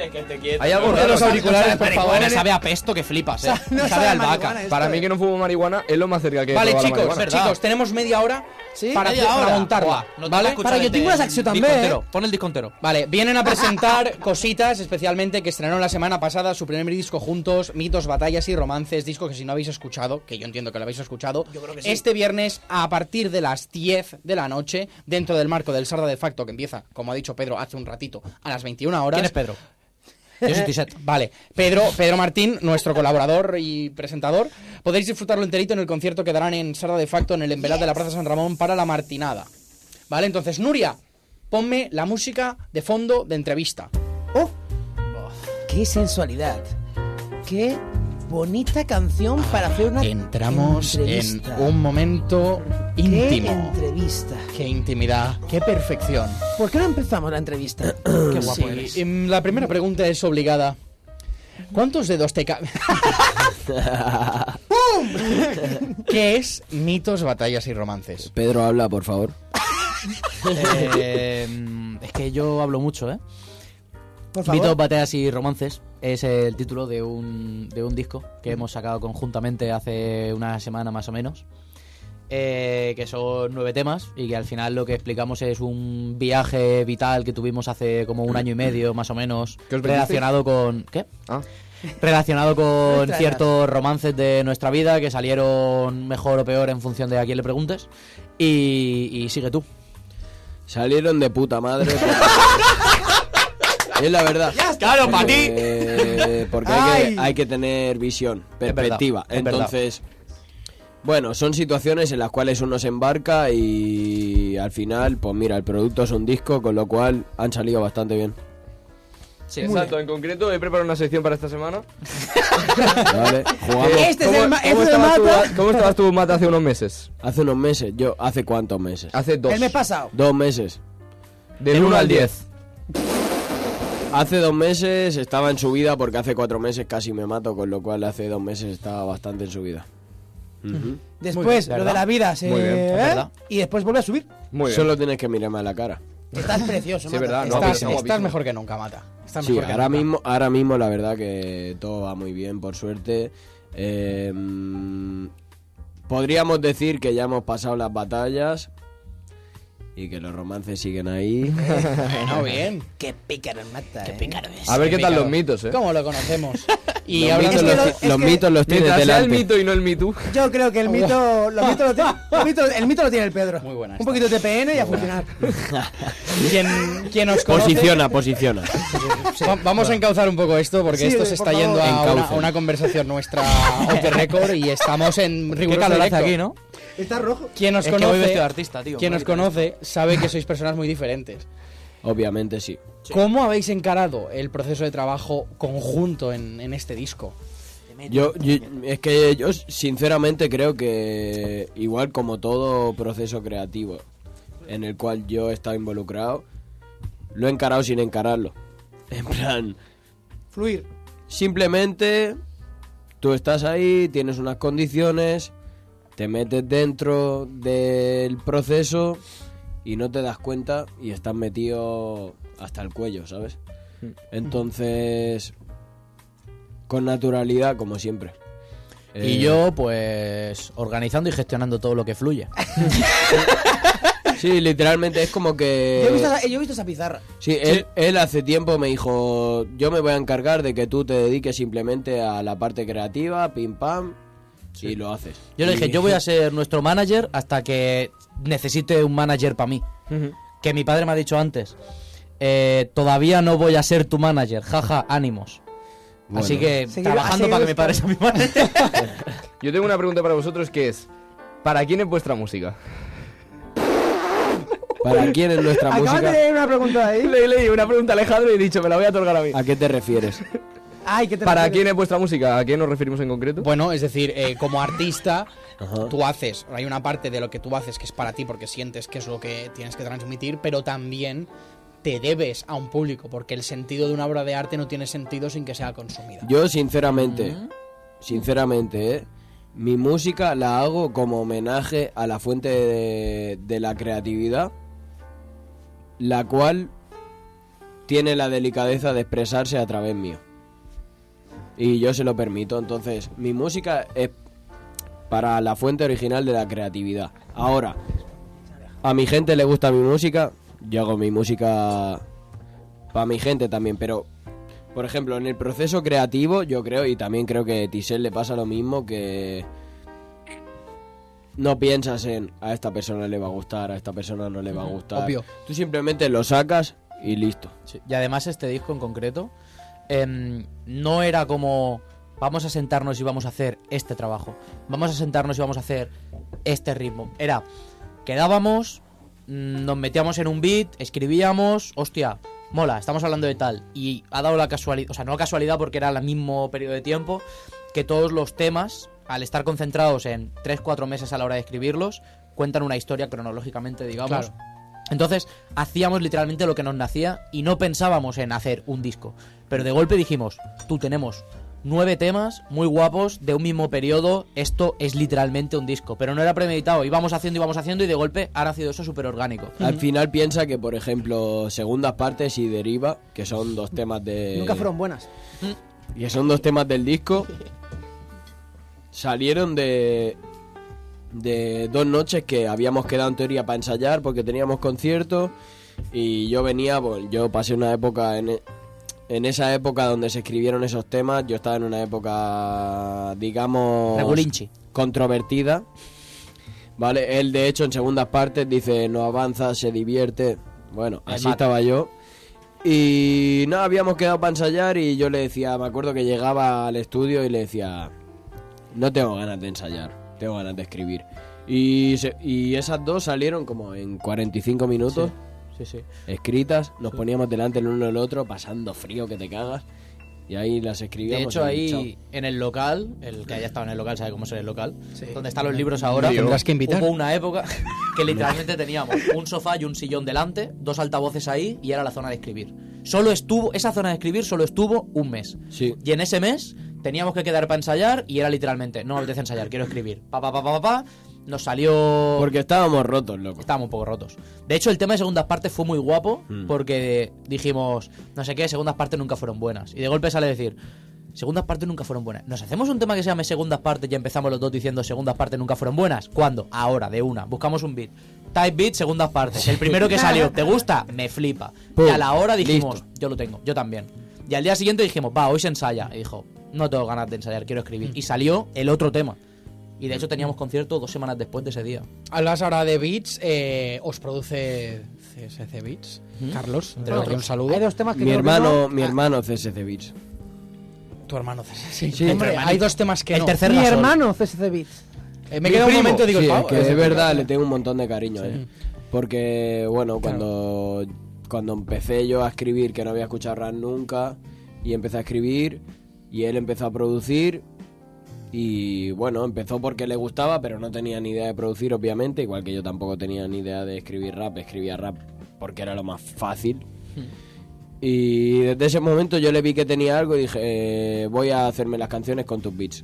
[SPEAKER 4] Hay algo
[SPEAKER 1] Ponte
[SPEAKER 4] raro. eh.
[SPEAKER 1] los auriculares, por
[SPEAKER 5] Marihuana,
[SPEAKER 1] favor.
[SPEAKER 5] sabe a pesto que flipas, eh.
[SPEAKER 2] no
[SPEAKER 5] sabe
[SPEAKER 2] sabe
[SPEAKER 5] a
[SPEAKER 2] a
[SPEAKER 5] albahaca.
[SPEAKER 2] marihuana, eh.
[SPEAKER 4] Para mí que no fumo marihuana es lo más cerca que he
[SPEAKER 1] Vale,
[SPEAKER 4] probado la
[SPEAKER 1] chicos,
[SPEAKER 4] marihuana.
[SPEAKER 5] verdad.
[SPEAKER 1] chicos, tenemos media hora
[SPEAKER 2] Sí,
[SPEAKER 1] para,
[SPEAKER 2] media
[SPEAKER 1] para
[SPEAKER 2] hora.
[SPEAKER 1] montarla, ¿vale?
[SPEAKER 2] Para que
[SPEAKER 4] eh.
[SPEAKER 2] tengo la sección también, ¿eh?
[SPEAKER 5] Discontero. Pon el discontero.
[SPEAKER 1] Vale, vienen a presentar cositas, especialmente que estrenaron la semana pasada su primer disco juntos, Mitos, Batallas y Romances, disco que si no habéis escuchado, que yo entiendo que lo habéis escuchado, este viernes a partir de las 10 de la noche, dentro del marco del Sarda de Facto, que empieza, como ha dicho Pedro hace un ratito, a las 21 horas.
[SPEAKER 5] ¿Quién es Pedro? Yo soy Tiset.
[SPEAKER 1] Vale, Pedro, Pedro Martín, nuestro colaborador y presentador, podéis disfrutarlo enterito en el concierto que darán en Sarda de Facto en el Envelat de la Plaza San Ramón para la Martinada. Vale, entonces, Nuria, ponme la música de fondo de entrevista.
[SPEAKER 2] ¡Oh! ¡Qué sensualidad! ¡Qué bonita canción para hacer una
[SPEAKER 1] Entramos en
[SPEAKER 2] entrevista.
[SPEAKER 1] un momento
[SPEAKER 2] ¡Qué
[SPEAKER 1] íntimo.
[SPEAKER 2] entrevista!
[SPEAKER 1] Qué intimidad, qué perfección.
[SPEAKER 2] ¿Por qué no empezamos la entrevista? ¡Qué guapo
[SPEAKER 1] Sí,
[SPEAKER 2] eres!
[SPEAKER 1] em, la primera pregunta es obligada. ¿Cuántos dedos te caben? ¿Qué es mitos, batallas y romances?
[SPEAKER 8] Pedro, habla, por favor.
[SPEAKER 5] Eh, mm, es que yo hablo mucho, ¿eh?
[SPEAKER 2] Por favor.
[SPEAKER 5] Mitos, batallas y romances es el título de un, de un disco que hemos sacado conjuntamente hace una semana más o menos. eh, que son nueve temas y que al final lo que explicamos es un viaje vital que tuvimos hace como un año y medio, más o menos,
[SPEAKER 4] ¿Qué os vendisteis?
[SPEAKER 5] relacionado con... ¿Qué?
[SPEAKER 4] Ah,
[SPEAKER 5] relacionado con
[SPEAKER 2] Extrañas.
[SPEAKER 5] ciertos romances de nuestra vida que salieron mejor o peor en función de a quién le preguntes. Y, y sigue tú.
[SPEAKER 8] Salieron de puta madre. es la verdad.
[SPEAKER 5] Claro, para ti.
[SPEAKER 8] Eh, porque hay
[SPEAKER 2] Ay.
[SPEAKER 8] que, hay que tener visión,
[SPEAKER 5] verdad,
[SPEAKER 8] perspectiva.
[SPEAKER 5] es verdad.
[SPEAKER 8] Entonces, bueno, son situaciones en las cuales uno se embarca y al final, pues mira, el producto es un disco, con lo cual han salido bastante bien.
[SPEAKER 4] exacto, en concreto he preparado una sección para esta semana. Eh,
[SPEAKER 8] ¿Vale? Jugamos.
[SPEAKER 2] Este es el ma- este
[SPEAKER 4] ¿cómo,
[SPEAKER 2] es el
[SPEAKER 4] estabas tú,
[SPEAKER 2] mata.
[SPEAKER 4] Ma- ¿Cómo estabas tú, Mata, hace unos meses?
[SPEAKER 8] Hace unos meses, yo, ¿hace cuántos meses?
[SPEAKER 4] Hace dos.
[SPEAKER 2] El mes pasado.
[SPEAKER 8] Dos meses.
[SPEAKER 4] Del 1 al 10.
[SPEAKER 8] Hace dos meses estaba en subida porque hace cuatro meses casi me mato, con lo cual hace dos meses estaba bastante en subida. Ujú.
[SPEAKER 2] Después,
[SPEAKER 5] bien,
[SPEAKER 2] lo de
[SPEAKER 5] ¿verdad?
[SPEAKER 2] la vida se...
[SPEAKER 4] Muy bien, es
[SPEAKER 2] ¿eh?
[SPEAKER 5] verdad.
[SPEAKER 2] Y después vuelve a subir.
[SPEAKER 4] Muy bien.
[SPEAKER 8] Solo tienes que mirarme a la cara.
[SPEAKER 2] Estás precioso,
[SPEAKER 4] Sí,
[SPEAKER 2] Mata.
[SPEAKER 4] verdad, no,
[SPEAKER 2] Estás-
[SPEAKER 4] pero
[SPEAKER 1] Estás,
[SPEAKER 4] está guapísimo.
[SPEAKER 1] estás mejor que nunca, Mata. Estás
[SPEAKER 8] Sí,
[SPEAKER 1] mejor que
[SPEAKER 8] ahora
[SPEAKER 1] nunca.
[SPEAKER 8] mismo, ahora mismo la verdad que todo va muy bien, por suerte. Eh, mm, podríamos decir que ya hemos pasado las batallas y que los romances siguen ahí.
[SPEAKER 1] Bueno, bien.
[SPEAKER 2] Qué pícaro Mata, eh. Qué pícaro es.
[SPEAKER 4] A ver qué tal
[SPEAKER 1] Picado.
[SPEAKER 4] los mitos, eh.
[SPEAKER 1] ¿Cómo lo conocemos? Y
[SPEAKER 8] los
[SPEAKER 1] hablando
[SPEAKER 8] mitos
[SPEAKER 1] de
[SPEAKER 8] los,
[SPEAKER 1] los-
[SPEAKER 8] ti- los mitos los tienes
[SPEAKER 4] Mientras sea el
[SPEAKER 8] delante.
[SPEAKER 4] mito y no el mito.
[SPEAKER 2] Yo creo que el mito, lo mito lo tiene, lo mito- el mito lo tiene el Pedro.
[SPEAKER 1] Muy buena
[SPEAKER 2] Un
[SPEAKER 1] esta.
[SPEAKER 2] poquito de TPN y a funcionar.
[SPEAKER 1] quien, quien nos conoce...
[SPEAKER 8] Posiciona, posiciona.
[SPEAKER 1] Va- Vamos a encauzar un poco esto porque
[SPEAKER 2] Sí,
[SPEAKER 1] esto
[SPEAKER 2] eh,
[SPEAKER 1] se
[SPEAKER 2] por
[SPEAKER 1] está
[SPEAKER 2] favor.
[SPEAKER 1] yendo a una,
[SPEAKER 8] Encauce.
[SPEAKER 1] a una conversación nuestra off the record y estamos en
[SPEAKER 5] Qué
[SPEAKER 1] riguroso
[SPEAKER 5] calor hace
[SPEAKER 1] directo.
[SPEAKER 5] aquí, ¿no?
[SPEAKER 2] Está rojo.
[SPEAKER 1] Quien nos
[SPEAKER 5] Es que voy
[SPEAKER 1] conoce,
[SPEAKER 5] vestido de artista, tío.
[SPEAKER 1] quien nos conoce sabe que sois personas muy diferentes.
[SPEAKER 8] Obviamente sí.
[SPEAKER 1] ¿Cómo habéis encarado el proceso de trabajo conjunto en, en este disco?
[SPEAKER 8] Yo, yo- es que yo sinceramente creo que igual como todo proceso creativo en el cual yo he estado involucrado, lo he encarado sin encararlo. En plan,
[SPEAKER 2] Fluir.
[SPEAKER 8] simplemente tú estás ahí, tienes unas condiciones, te metes dentro del proceso y no te das cuenta y estás metido hasta el cuello, ¿sabes? Entonces, con naturalidad, como siempre.
[SPEAKER 5] Y
[SPEAKER 8] Eh,
[SPEAKER 5] yo, pues, organizando y gestionando todo lo que fluye.
[SPEAKER 8] Sí, literalmente es como que...
[SPEAKER 2] Yo he, visto esa, yo he visto esa pizarra.
[SPEAKER 8] Sí, Él, él hace tiempo me dijo, yo me voy a encargar de que tú te dediques simplemente a la parte creativa, pim pam, y lo haces.
[SPEAKER 5] Yo le
[SPEAKER 8] Y-
[SPEAKER 5] dije, yo voy a ser nuestro manager hasta que necesite un manager para mí. Que mi padre me ha dicho antes, eh, todavía no voy a ser tu manager, jaja, ánimos. Así
[SPEAKER 8] Bueno.
[SPEAKER 5] que
[SPEAKER 2] Seguir-
[SPEAKER 5] trabajando
[SPEAKER 2] a
[SPEAKER 5] para que mi
[SPEAKER 2] seguir
[SPEAKER 5] padre sea mi manager.
[SPEAKER 4] Yo tengo una pregunta para vosotros que es: ¿Para quién es vuestra música?
[SPEAKER 8] ¿Para quién es nuestra
[SPEAKER 2] Acabas de
[SPEAKER 8] música?
[SPEAKER 2] leer una pregunta ahí.
[SPEAKER 4] Le leí una pregunta a Alejandro y he dicho: Me la voy a otorgar a mí.
[SPEAKER 8] ¿A qué te refieres?
[SPEAKER 2] Ay, que te
[SPEAKER 4] ¿Para
[SPEAKER 2] refieres?
[SPEAKER 4] quién es vuestra música? ¿A quién nos referimos en concreto?
[SPEAKER 1] Bueno, es decir, eh, como artista,
[SPEAKER 8] Ajá.
[SPEAKER 1] tú haces, hay una parte de lo que tú haces que es para ti porque sientes que es lo que tienes que transmitir, pero también te debes a un público porque el sentido de una obra de arte no tiene sentido sin que sea consumida.
[SPEAKER 8] Yo sinceramente, sinceramente, ¿eh? mi música la hago como homenaje a la fuente de, de la creatividad, la cual tiene la delicadeza de expresarse a través mío. Y yo se lo permito, entonces mi música es para la fuente original de la creatividad. Ahora, a mi gente le gusta mi música, yo hago mi música para mi gente también, pero por ejemplo, en el proceso creativo, yo creo, y también creo que a Tisel le pasa lo mismo, que no piensas en a esta persona le va a gustar, a esta persona no le va a gustar.
[SPEAKER 1] obvio.
[SPEAKER 8] Tú simplemente lo sacas y listo.
[SPEAKER 5] Sí, Y además este disco en concreto em, no era como vamos a sentarnos y vamos a hacer este trabajo, vamos a sentarnos y vamos a hacer este ritmo. Era quedábamos, mm, nos metíamos en un beat, escribíamos, hostia, mola, estamos hablando de tal y ha dado la casualidad, o sea, no casualidad porque era el mismo periodo de tiempo que todos los temas al estar concentrados en 3-4 meses a la hora de escribirlos cuentan una historia cronológicamente, digamos.
[SPEAKER 1] Claro.
[SPEAKER 5] Entonces hacíamos literalmente lo que nos nacía y no pensábamos en hacer un disco. Pero de golpe dijimos, tú tenemos nueve temas muy guapos de un mismo periodo, esto es literalmente un disco. Pero no era premeditado, íbamos haciendo, íbamos haciendo y de golpe ha nacido eso súper orgánico.
[SPEAKER 8] Al final piensa que, por ejemplo, segundas partes y deriva, que son dos temas de...
[SPEAKER 2] Nunca fueron buenas.
[SPEAKER 8] Que son dos temas del disco, salieron de de dos noches que habíamos quedado en teoría para ensayar porque teníamos conciertos y yo venía, pues, yo pasé una época en, e- en esa época donde se escribieron esos temas, yo estaba en una época, digamos,
[SPEAKER 5] Regulinchi.
[SPEAKER 8] controvertida. Vale, él de hecho en segundas partes dice, no avanza, se divierte. Bueno,
[SPEAKER 5] Me
[SPEAKER 8] así
[SPEAKER 5] mata.
[SPEAKER 8] estaba yo. Y nada, habíamos quedado para ensayar y yo le decía, me acuerdo que llegaba al estudio y le decía, no tengo ganas de ensayar, tengo ganas de escribir. Y, se- y esas dos salieron como en 45 minutos,
[SPEAKER 5] Sí, sí.
[SPEAKER 8] escritas, nos poníamos delante el uno del otro, pasando frío que te cagas. Y ahí las escribíamos.
[SPEAKER 5] De hecho,
[SPEAKER 8] pues, y
[SPEAKER 5] ahí
[SPEAKER 8] chao.
[SPEAKER 5] en el local, el que haya estado en el local sabe cómo es el local, donde están los libros ahora,
[SPEAKER 1] Tendrás que invitar.
[SPEAKER 5] hubo una época que literalmente teníamos un sofá y un sillón delante, dos altavoces ahí y era la zona de escribir. Solo estuvo, esa zona de escribir solo estuvo un mes.
[SPEAKER 8] Sí.
[SPEAKER 5] Y en ese mes teníamos que quedar para ensayar y era literalmente, no me apetece ensayar, quiero escribir. Pa, pa, pa, pa, pa, pa. Nos salió...
[SPEAKER 8] Porque estábamos rotos, loco.
[SPEAKER 5] Estábamos un poco rotos. De hecho, el tema de segundas partes fue muy guapo
[SPEAKER 8] Hmm.
[SPEAKER 5] porque dijimos, no sé qué, segundas partes nunca fueron buenas. Y de golpe sale decir, segundas partes nunca fueron buenas. Nos hacemos un tema que se llame segundas partes y empezamos los dos diciendo segundas partes nunca fueron buenas. ¿Cuándo? Ahora, de una. Buscamos un beat. Type beat, segundas partes. El primero que salió, ¿te gusta? Me flipa.
[SPEAKER 8] Pum,
[SPEAKER 5] y a la hora dijimos,
[SPEAKER 8] listo.
[SPEAKER 5] yo lo tengo, yo también. Y al día siguiente dijimos, va, hoy se ensaya. Y dijo, no tengo ganas de ensayar, quiero
[SPEAKER 8] Hmm.
[SPEAKER 5] escribir. Y salió el otro tema. Y de hecho teníamos concierto dos semanas después de ese día.
[SPEAKER 1] A las hora de Beats eh, os produce CSC Beats.
[SPEAKER 8] ¿Mm?
[SPEAKER 1] Carlos, te doy
[SPEAKER 8] pues,
[SPEAKER 1] un saludo.
[SPEAKER 2] Hay dos temas que
[SPEAKER 8] Mi
[SPEAKER 2] yo
[SPEAKER 8] hermano,
[SPEAKER 2] opino-
[SPEAKER 8] mi hermano CSC Beats.
[SPEAKER 1] Tu hermano CSC. Sí,
[SPEAKER 8] Sí,
[SPEAKER 1] hombre,
[SPEAKER 8] tu
[SPEAKER 1] hay dos temas que
[SPEAKER 5] El
[SPEAKER 1] no.
[SPEAKER 5] tercer
[SPEAKER 2] Mi
[SPEAKER 5] Razor.
[SPEAKER 2] hermano, CSC Beats.
[SPEAKER 1] Eh, me queda un momento y digo,
[SPEAKER 8] sí,
[SPEAKER 1] "Pau,
[SPEAKER 8] es que
[SPEAKER 1] eh,
[SPEAKER 8] es verdad, le tengo un montón de cariño, eh. Porque, bueno, cuando, cuando empecé yo a escribir, que no había escuchado rap nunca, y empecé a escribir, y él empezó a producir, y bueno, empezó porque le gustaba, pero no tenía ni idea de producir, obviamente, igual que yo tampoco tenía ni idea de escribir rap, escribía rap porque era lo más fácil. Y desde ese momento yo le vi que tenía algo y dije, eh, voy a hacerme las canciones con tus beats.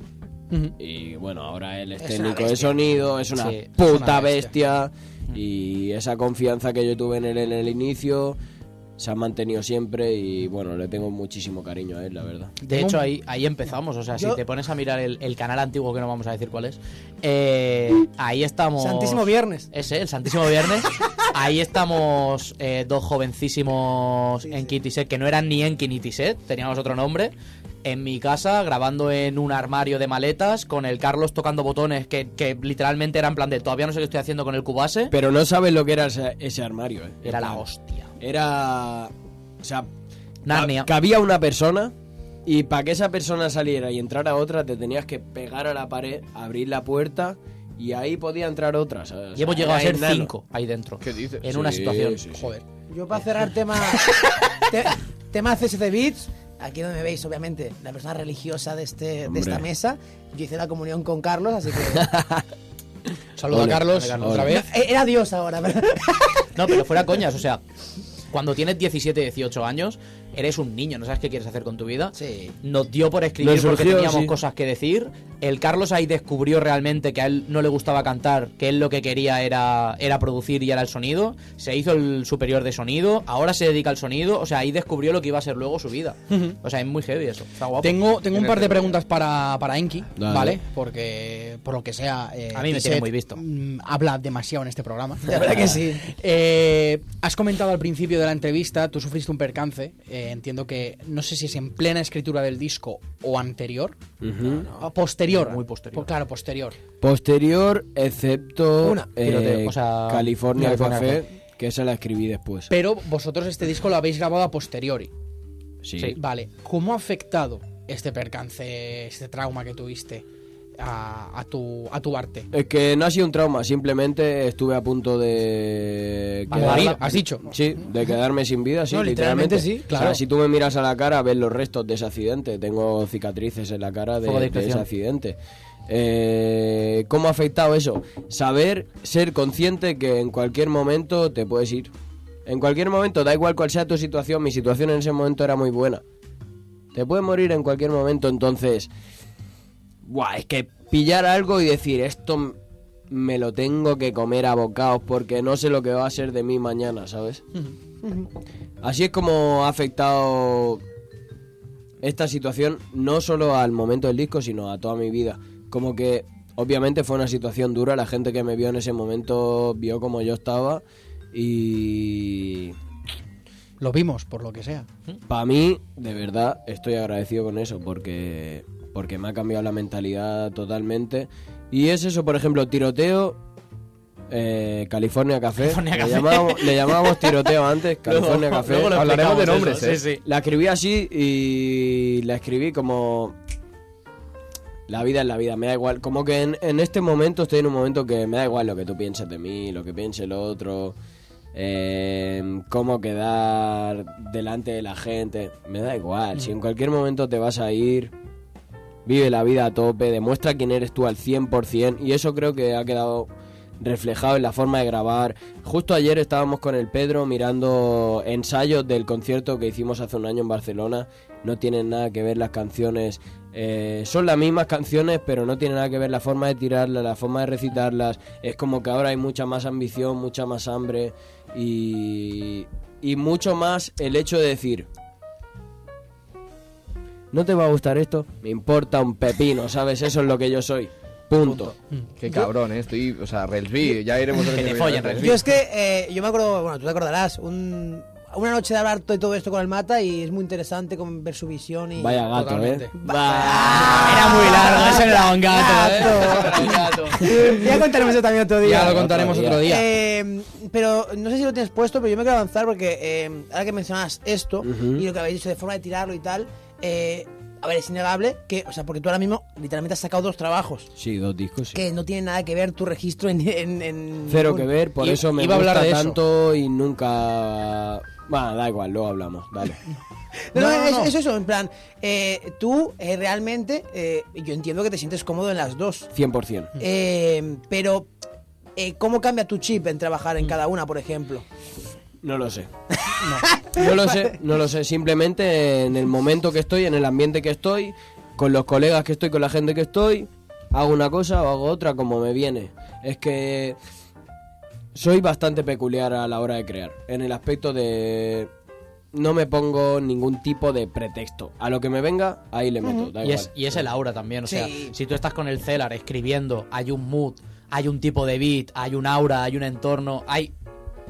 [SPEAKER 8] Y bueno, ahora él es, técnico de sonido, es una
[SPEAKER 5] Sí, es Mm.
[SPEAKER 8] puta
[SPEAKER 1] una
[SPEAKER 8] bestia. Y esa confianza que yo tuve en él en el inicio se ha mantenido siempre y bueno, le tengo muchísimo cariño a él, la verdad.
[SPEAKER 5] De hecho, ahí, ahí empezamos. O sea, si te pones a mirar el, el canal antiguo, que no vamos a decir cuál es, eh, ahí estamos.
[SPEAKER 2] Santísimo Viernes.
[SPEAKER 5] Ese, el Santísimo Viernes. ahí estamos eh, dos jovencísimos en Kitty Set, que no eran ni Enki ni Tiset, teníamos otro nombre. En mi casa, grabando en un armario de maletas, con el Carlos tocando botones que, que literalmente eran en plan de todavía no sé qué estoy haciendo con el cubase.
[SPEAKER 8] Pero no sabes lo que era ese, ese armario, ¿eh?
[SPEAKER 5] Era
[SPEAKER 8] En
[SPEAKER 5] la
[SPEAKER 8] plan,
[SPEAKER 5] hostia.
[SPEAKER 8] Era... O sea,
[SPEAKER 5] Narnia.
[SPEAKER 8] ca- cabía una persona y para que esa persona saliera y entrara otra te tenías que pegar a la pared, abrir la puerta y ahí podía entrar otra, ¿sabes? O
[SPEAKER 5] Y hemos
[SPEAKER 8] sea,
[SPEAKER 5] llegado a
[SPEAKER 8] era
[SPEAKER 5] ser
[SPEAKER 8] enano.
[SPEAKER 5] cinco ahí dentro.
[SPEAKER 4] ¿Qué dices?
[SPEAKER 5] En una
[SPEAKER 8] Sí,
[SPEAKER 5] situación.
[SPEAKER 8] sí, sí.
[SPEAKER 5] Joder.
[SPEAKER 2] Yo para cerrar tema, te- tema CSC Beats, aquí donde me veis, obviamente, la persona religiosa de, este, de
[SPEAKER 8] Hombre.
[SPEAKER 2] esta mesa, yo hice la comunión con Carlos, así que...
[SPEAKER 1] Saluda a
[SPEAKER 8] Ole,
[SPEAKER 1] Carlos
[SPEAKER 8] ole, Carlos.
[SPEAKER 1] otra
[SPEAKER 8] Ole.
[SPEAKER 1] vez.
[SPEAKER 2] Eh, Era Dios ahora, ¿verdad?
[SPEAKER 5] No, pero fuera coñas, o sea, cuando tienes 17, 18 años, eres un niño, no sabes qué quieres hacer con tu vida.
[SPEAKER 2] Sí.
[SPEAKER 5] Nos dio por escribir
[SPEAKER 8] Nos
[SPEAKER 5] porque
[SPEAKER 8] surgió,
[SPEAKER 5] teníamos
[SPEAKER 8] sí.
[SPEAKER 5] cosas que decir. El Carlos ahí descubrió realmente que a él no le gustaba cantar, que él lo que quería era, era producir y era el sonido. Se hizo el superior de sonido, ahora se dedica al sonido, o sea, ahí descubrió lo que iba a ser luego su vida. O sea, es muy heavy eso. Está guapo.
[SPEAKER 1] Tengo, tengo un par de preguntas para, para Enki,
[SPEAKER 8] Dale.
[SPEAKER 1] ¿vale? Porque, por lo que sea... eh,
[SPEAKER 5] A mí me tiene
[SPEAKER 1] Disset,
[SPEAKER 5] muy visto.
[SPEAKER 1] mm, Habla demasiado en este programa.
[SPEAKER 2] La verdad que sí.
[SPEAKER 1] Eh, has comentado al principio de la entrevista, tú sufriste un percance. eh, entiendo que, no sé si es en plena escritura del disco o anterior. O posterior.
[SPEAKER 5] Muy posterior.
[SPEAKER 1] Po- claro, posterior.
[SPEAKER 8] Posterior, excepto
[SPEAKER 5] Una.
[SPEAKER 8] eh,
[SPEAKER 5] Tiroteo, o sea,
[SPEAKER 8] California
[SPEAKER 5] California
[SPEAKER 8] Café, que esa la escribí después.
[SPEAKER 1] Pero vosotros este disco lo habéis grabado a posteriori.
[SPEAKER 8] Sí.
[SPEAKER 1] Vale, ¿cómo ha afectado este percance, este trauma que tuviste a, a tu, a tu arte?
[SPEAKER 8] Es que no ha sido un trauma, simplemente estuve a punto de...
[SPEAKER 1] A morir, has dicho.
[SPEAKER 8] Sí, de quedarme sin vida, sí,
[SPEAKER 1] No, literalmente
[SPEAKER 8] literalmente.
[SPEAKER 1] sí,
[SPEAKER 8] O sea,
[SPEAKER 1] claro.
[SPEAKER 8] si tú me miras a la cara, ves los restos de ese accidente. Tengo cicatrices en la cara de,
[SPEAKER 5] Fuego de
[SPEAKER 8] de ese
[SPEAKER 5] discreción.
[SPEAKER 8] accidente. Eh, ¿Cómo ha afectado eso? Saber, ser consciente que en cualquier momento te puedes ir. En cualquier momento, da igual cuál sea tu situación, mi situación en ese momento era muy buena. Te puedes morir en cualquier momento, entonces... Buah, es que pillar algo y decir esto m- me lo tengo que comer a bocados porque no sé lo que va a ser de mí mañana, ¿sabes? Así es como ha afectado esta situación no solo al momento del disco, sino a toda mi vida. Como que Obviamente fue una situación dura, la gente que me vio en ese momento vio como yo estaba y
[SPEAKER 1] Lo vimos, por lo que sea.
[SPEAKER 8] para mí, de verdad, estoy agradecido con eso porque, porque me ha cambiado la mentalidad totalmente. Y es eso, por ejemplo, tiroteo, eh, California Café. le, Llamábamos, le llamábamos tiroteo antes, California Café.
[SPEAKER 5] luego lo
[SPEAKER 4] Hablaremos de
[SPEAKER 5] explicamos
[SPEAKER 4] nombres,
[SPEAKER 5] eso,
[SPEAKER 4] ¿eh?
[SPEAKER 5] Sí, sí.
[SPEAKER 8] La escribí así y la escribí como... La vida es la vida, me da igual. Como que en, en este momento estoy en un momento que me da igual lo que tú pienses de mí, lo que piense el otro, eh, cómo quedar delante de la gente. Me da igual,
[SPEAKER 5] Mm.
[SPEAKER 8] si en cualquier momento te vas a ir, vive la vida a tope, demuestra quién eres tú al 100% y eso creo que ha quedado reflejado en la forma de grabar. Justo ayer estábamos con el Pedro mirando ensayos del concierto que hicimos hace un año en Barcelona. No tienen nada que ver las canciones. eh, son las mismas canciones, pero no tiene nada que ver la forma de tirarlas, la forma de recitarlas. Es como que ahora hay mucha más ambición, mucha más hambre y, y mucho más el hecho de decir, ¿No te va a gustar esto? Me importa un pepino, ¿sabes? Eso es lo que yo soy. Punto.
[SPEAKER 5] Mm.
[SPEAKER 4] Qué cabrón, eh. Estoy, o sea, Relsby, ya iremos a
[SPEAKER 5] Que te follen,
[SPEAKER 2] Yo es que eh, yo me acuerdo, bueno, tú te acordarás, un- una noche de hablar de todo esto con el Mata y es muy interesante con, ver su visión y...
[SPEAKER 8] Vaya gato,
[SPEAKER 7] Totalmente.
[SPEAKER 8] ¿eh?
[SPEAKER 5] Era muy largo, ese era un gato. ¿eh?
[SPEAKER 2] ya contaremos eso también otro día.
[SPEAKER 5] Ya lo contaremos
[SPEAKER 8] Otro
[SPEAKER 5] otro día.
[SPEAKER 2] Eh, pero no sé si lo tienes puesto, pero yo me quiero avanzar porque eh, ahora que mencionas esto y lo que habéis dicho de forma de tirarlo y tal, eh, a ver, es innegable que, o sea, porque tú ahora mismo literalmente has sacado dos trabajos
[SPEAKER 8] Sí, dos discos, sí.
[SPEAKER 2] que no tienen nada que ver tu registro en. en- en-
[SPEAKER 8] Cero
[SPEAKER 2] ningún-
[SPEAKER 8] que ver, por
[SPEAKER 5] I-
[SPEAKER 8] eso me
[SPEAKER 5] iba a hablar
[SPEAKER 8] gusta
[SPEAKER 5] de eso.
[SPEAKER 8] tanto y nunca... Bueno, da igual, luego hablamos, dale.
[SPEAKER 2] No, no,
[SPEAKER 1] No, no,
[SPEAKER 2] es,
[SPEAKER 1] no.
[SPEAKER 2] es eso, en plan, eh, tú eh, realmente, eh, yo entiendo que te sientes cómodo en las dos,
[SPEAKER 8] 100%.
[SPEAKER 2] eh, pero eh, ¿cómo cambia tu chip en trabajar
[SPEAKER 8] Mm.
[SPEAKER 2] en cada una, por ejemplo?
[SPEAKER 8] No lo sé. No. lo sé, no lo sé. Simplemente en el momento que estoy, en el ambiente que estoy, con los colegas que estoy, con la gente que estoy, hago una cosa o hago otra como me viene. Es que soy bastante peculiar a la hora de crear, en el aspecto de no me pongo ningún tipo de pretexto. A lo que me venga, ahí le meto. Da
[SPEAKER 5] Y
[SPEAKER 8] igual.
[SPEAKER 5] es, y es el aura también, o sea,
[SPEAKER 2] Sí.
[SPEAKER 5] si tú estás con el Celar escribiendo, hay un mood, hay un tipo de beat, hay un aura, hay un entorno, hay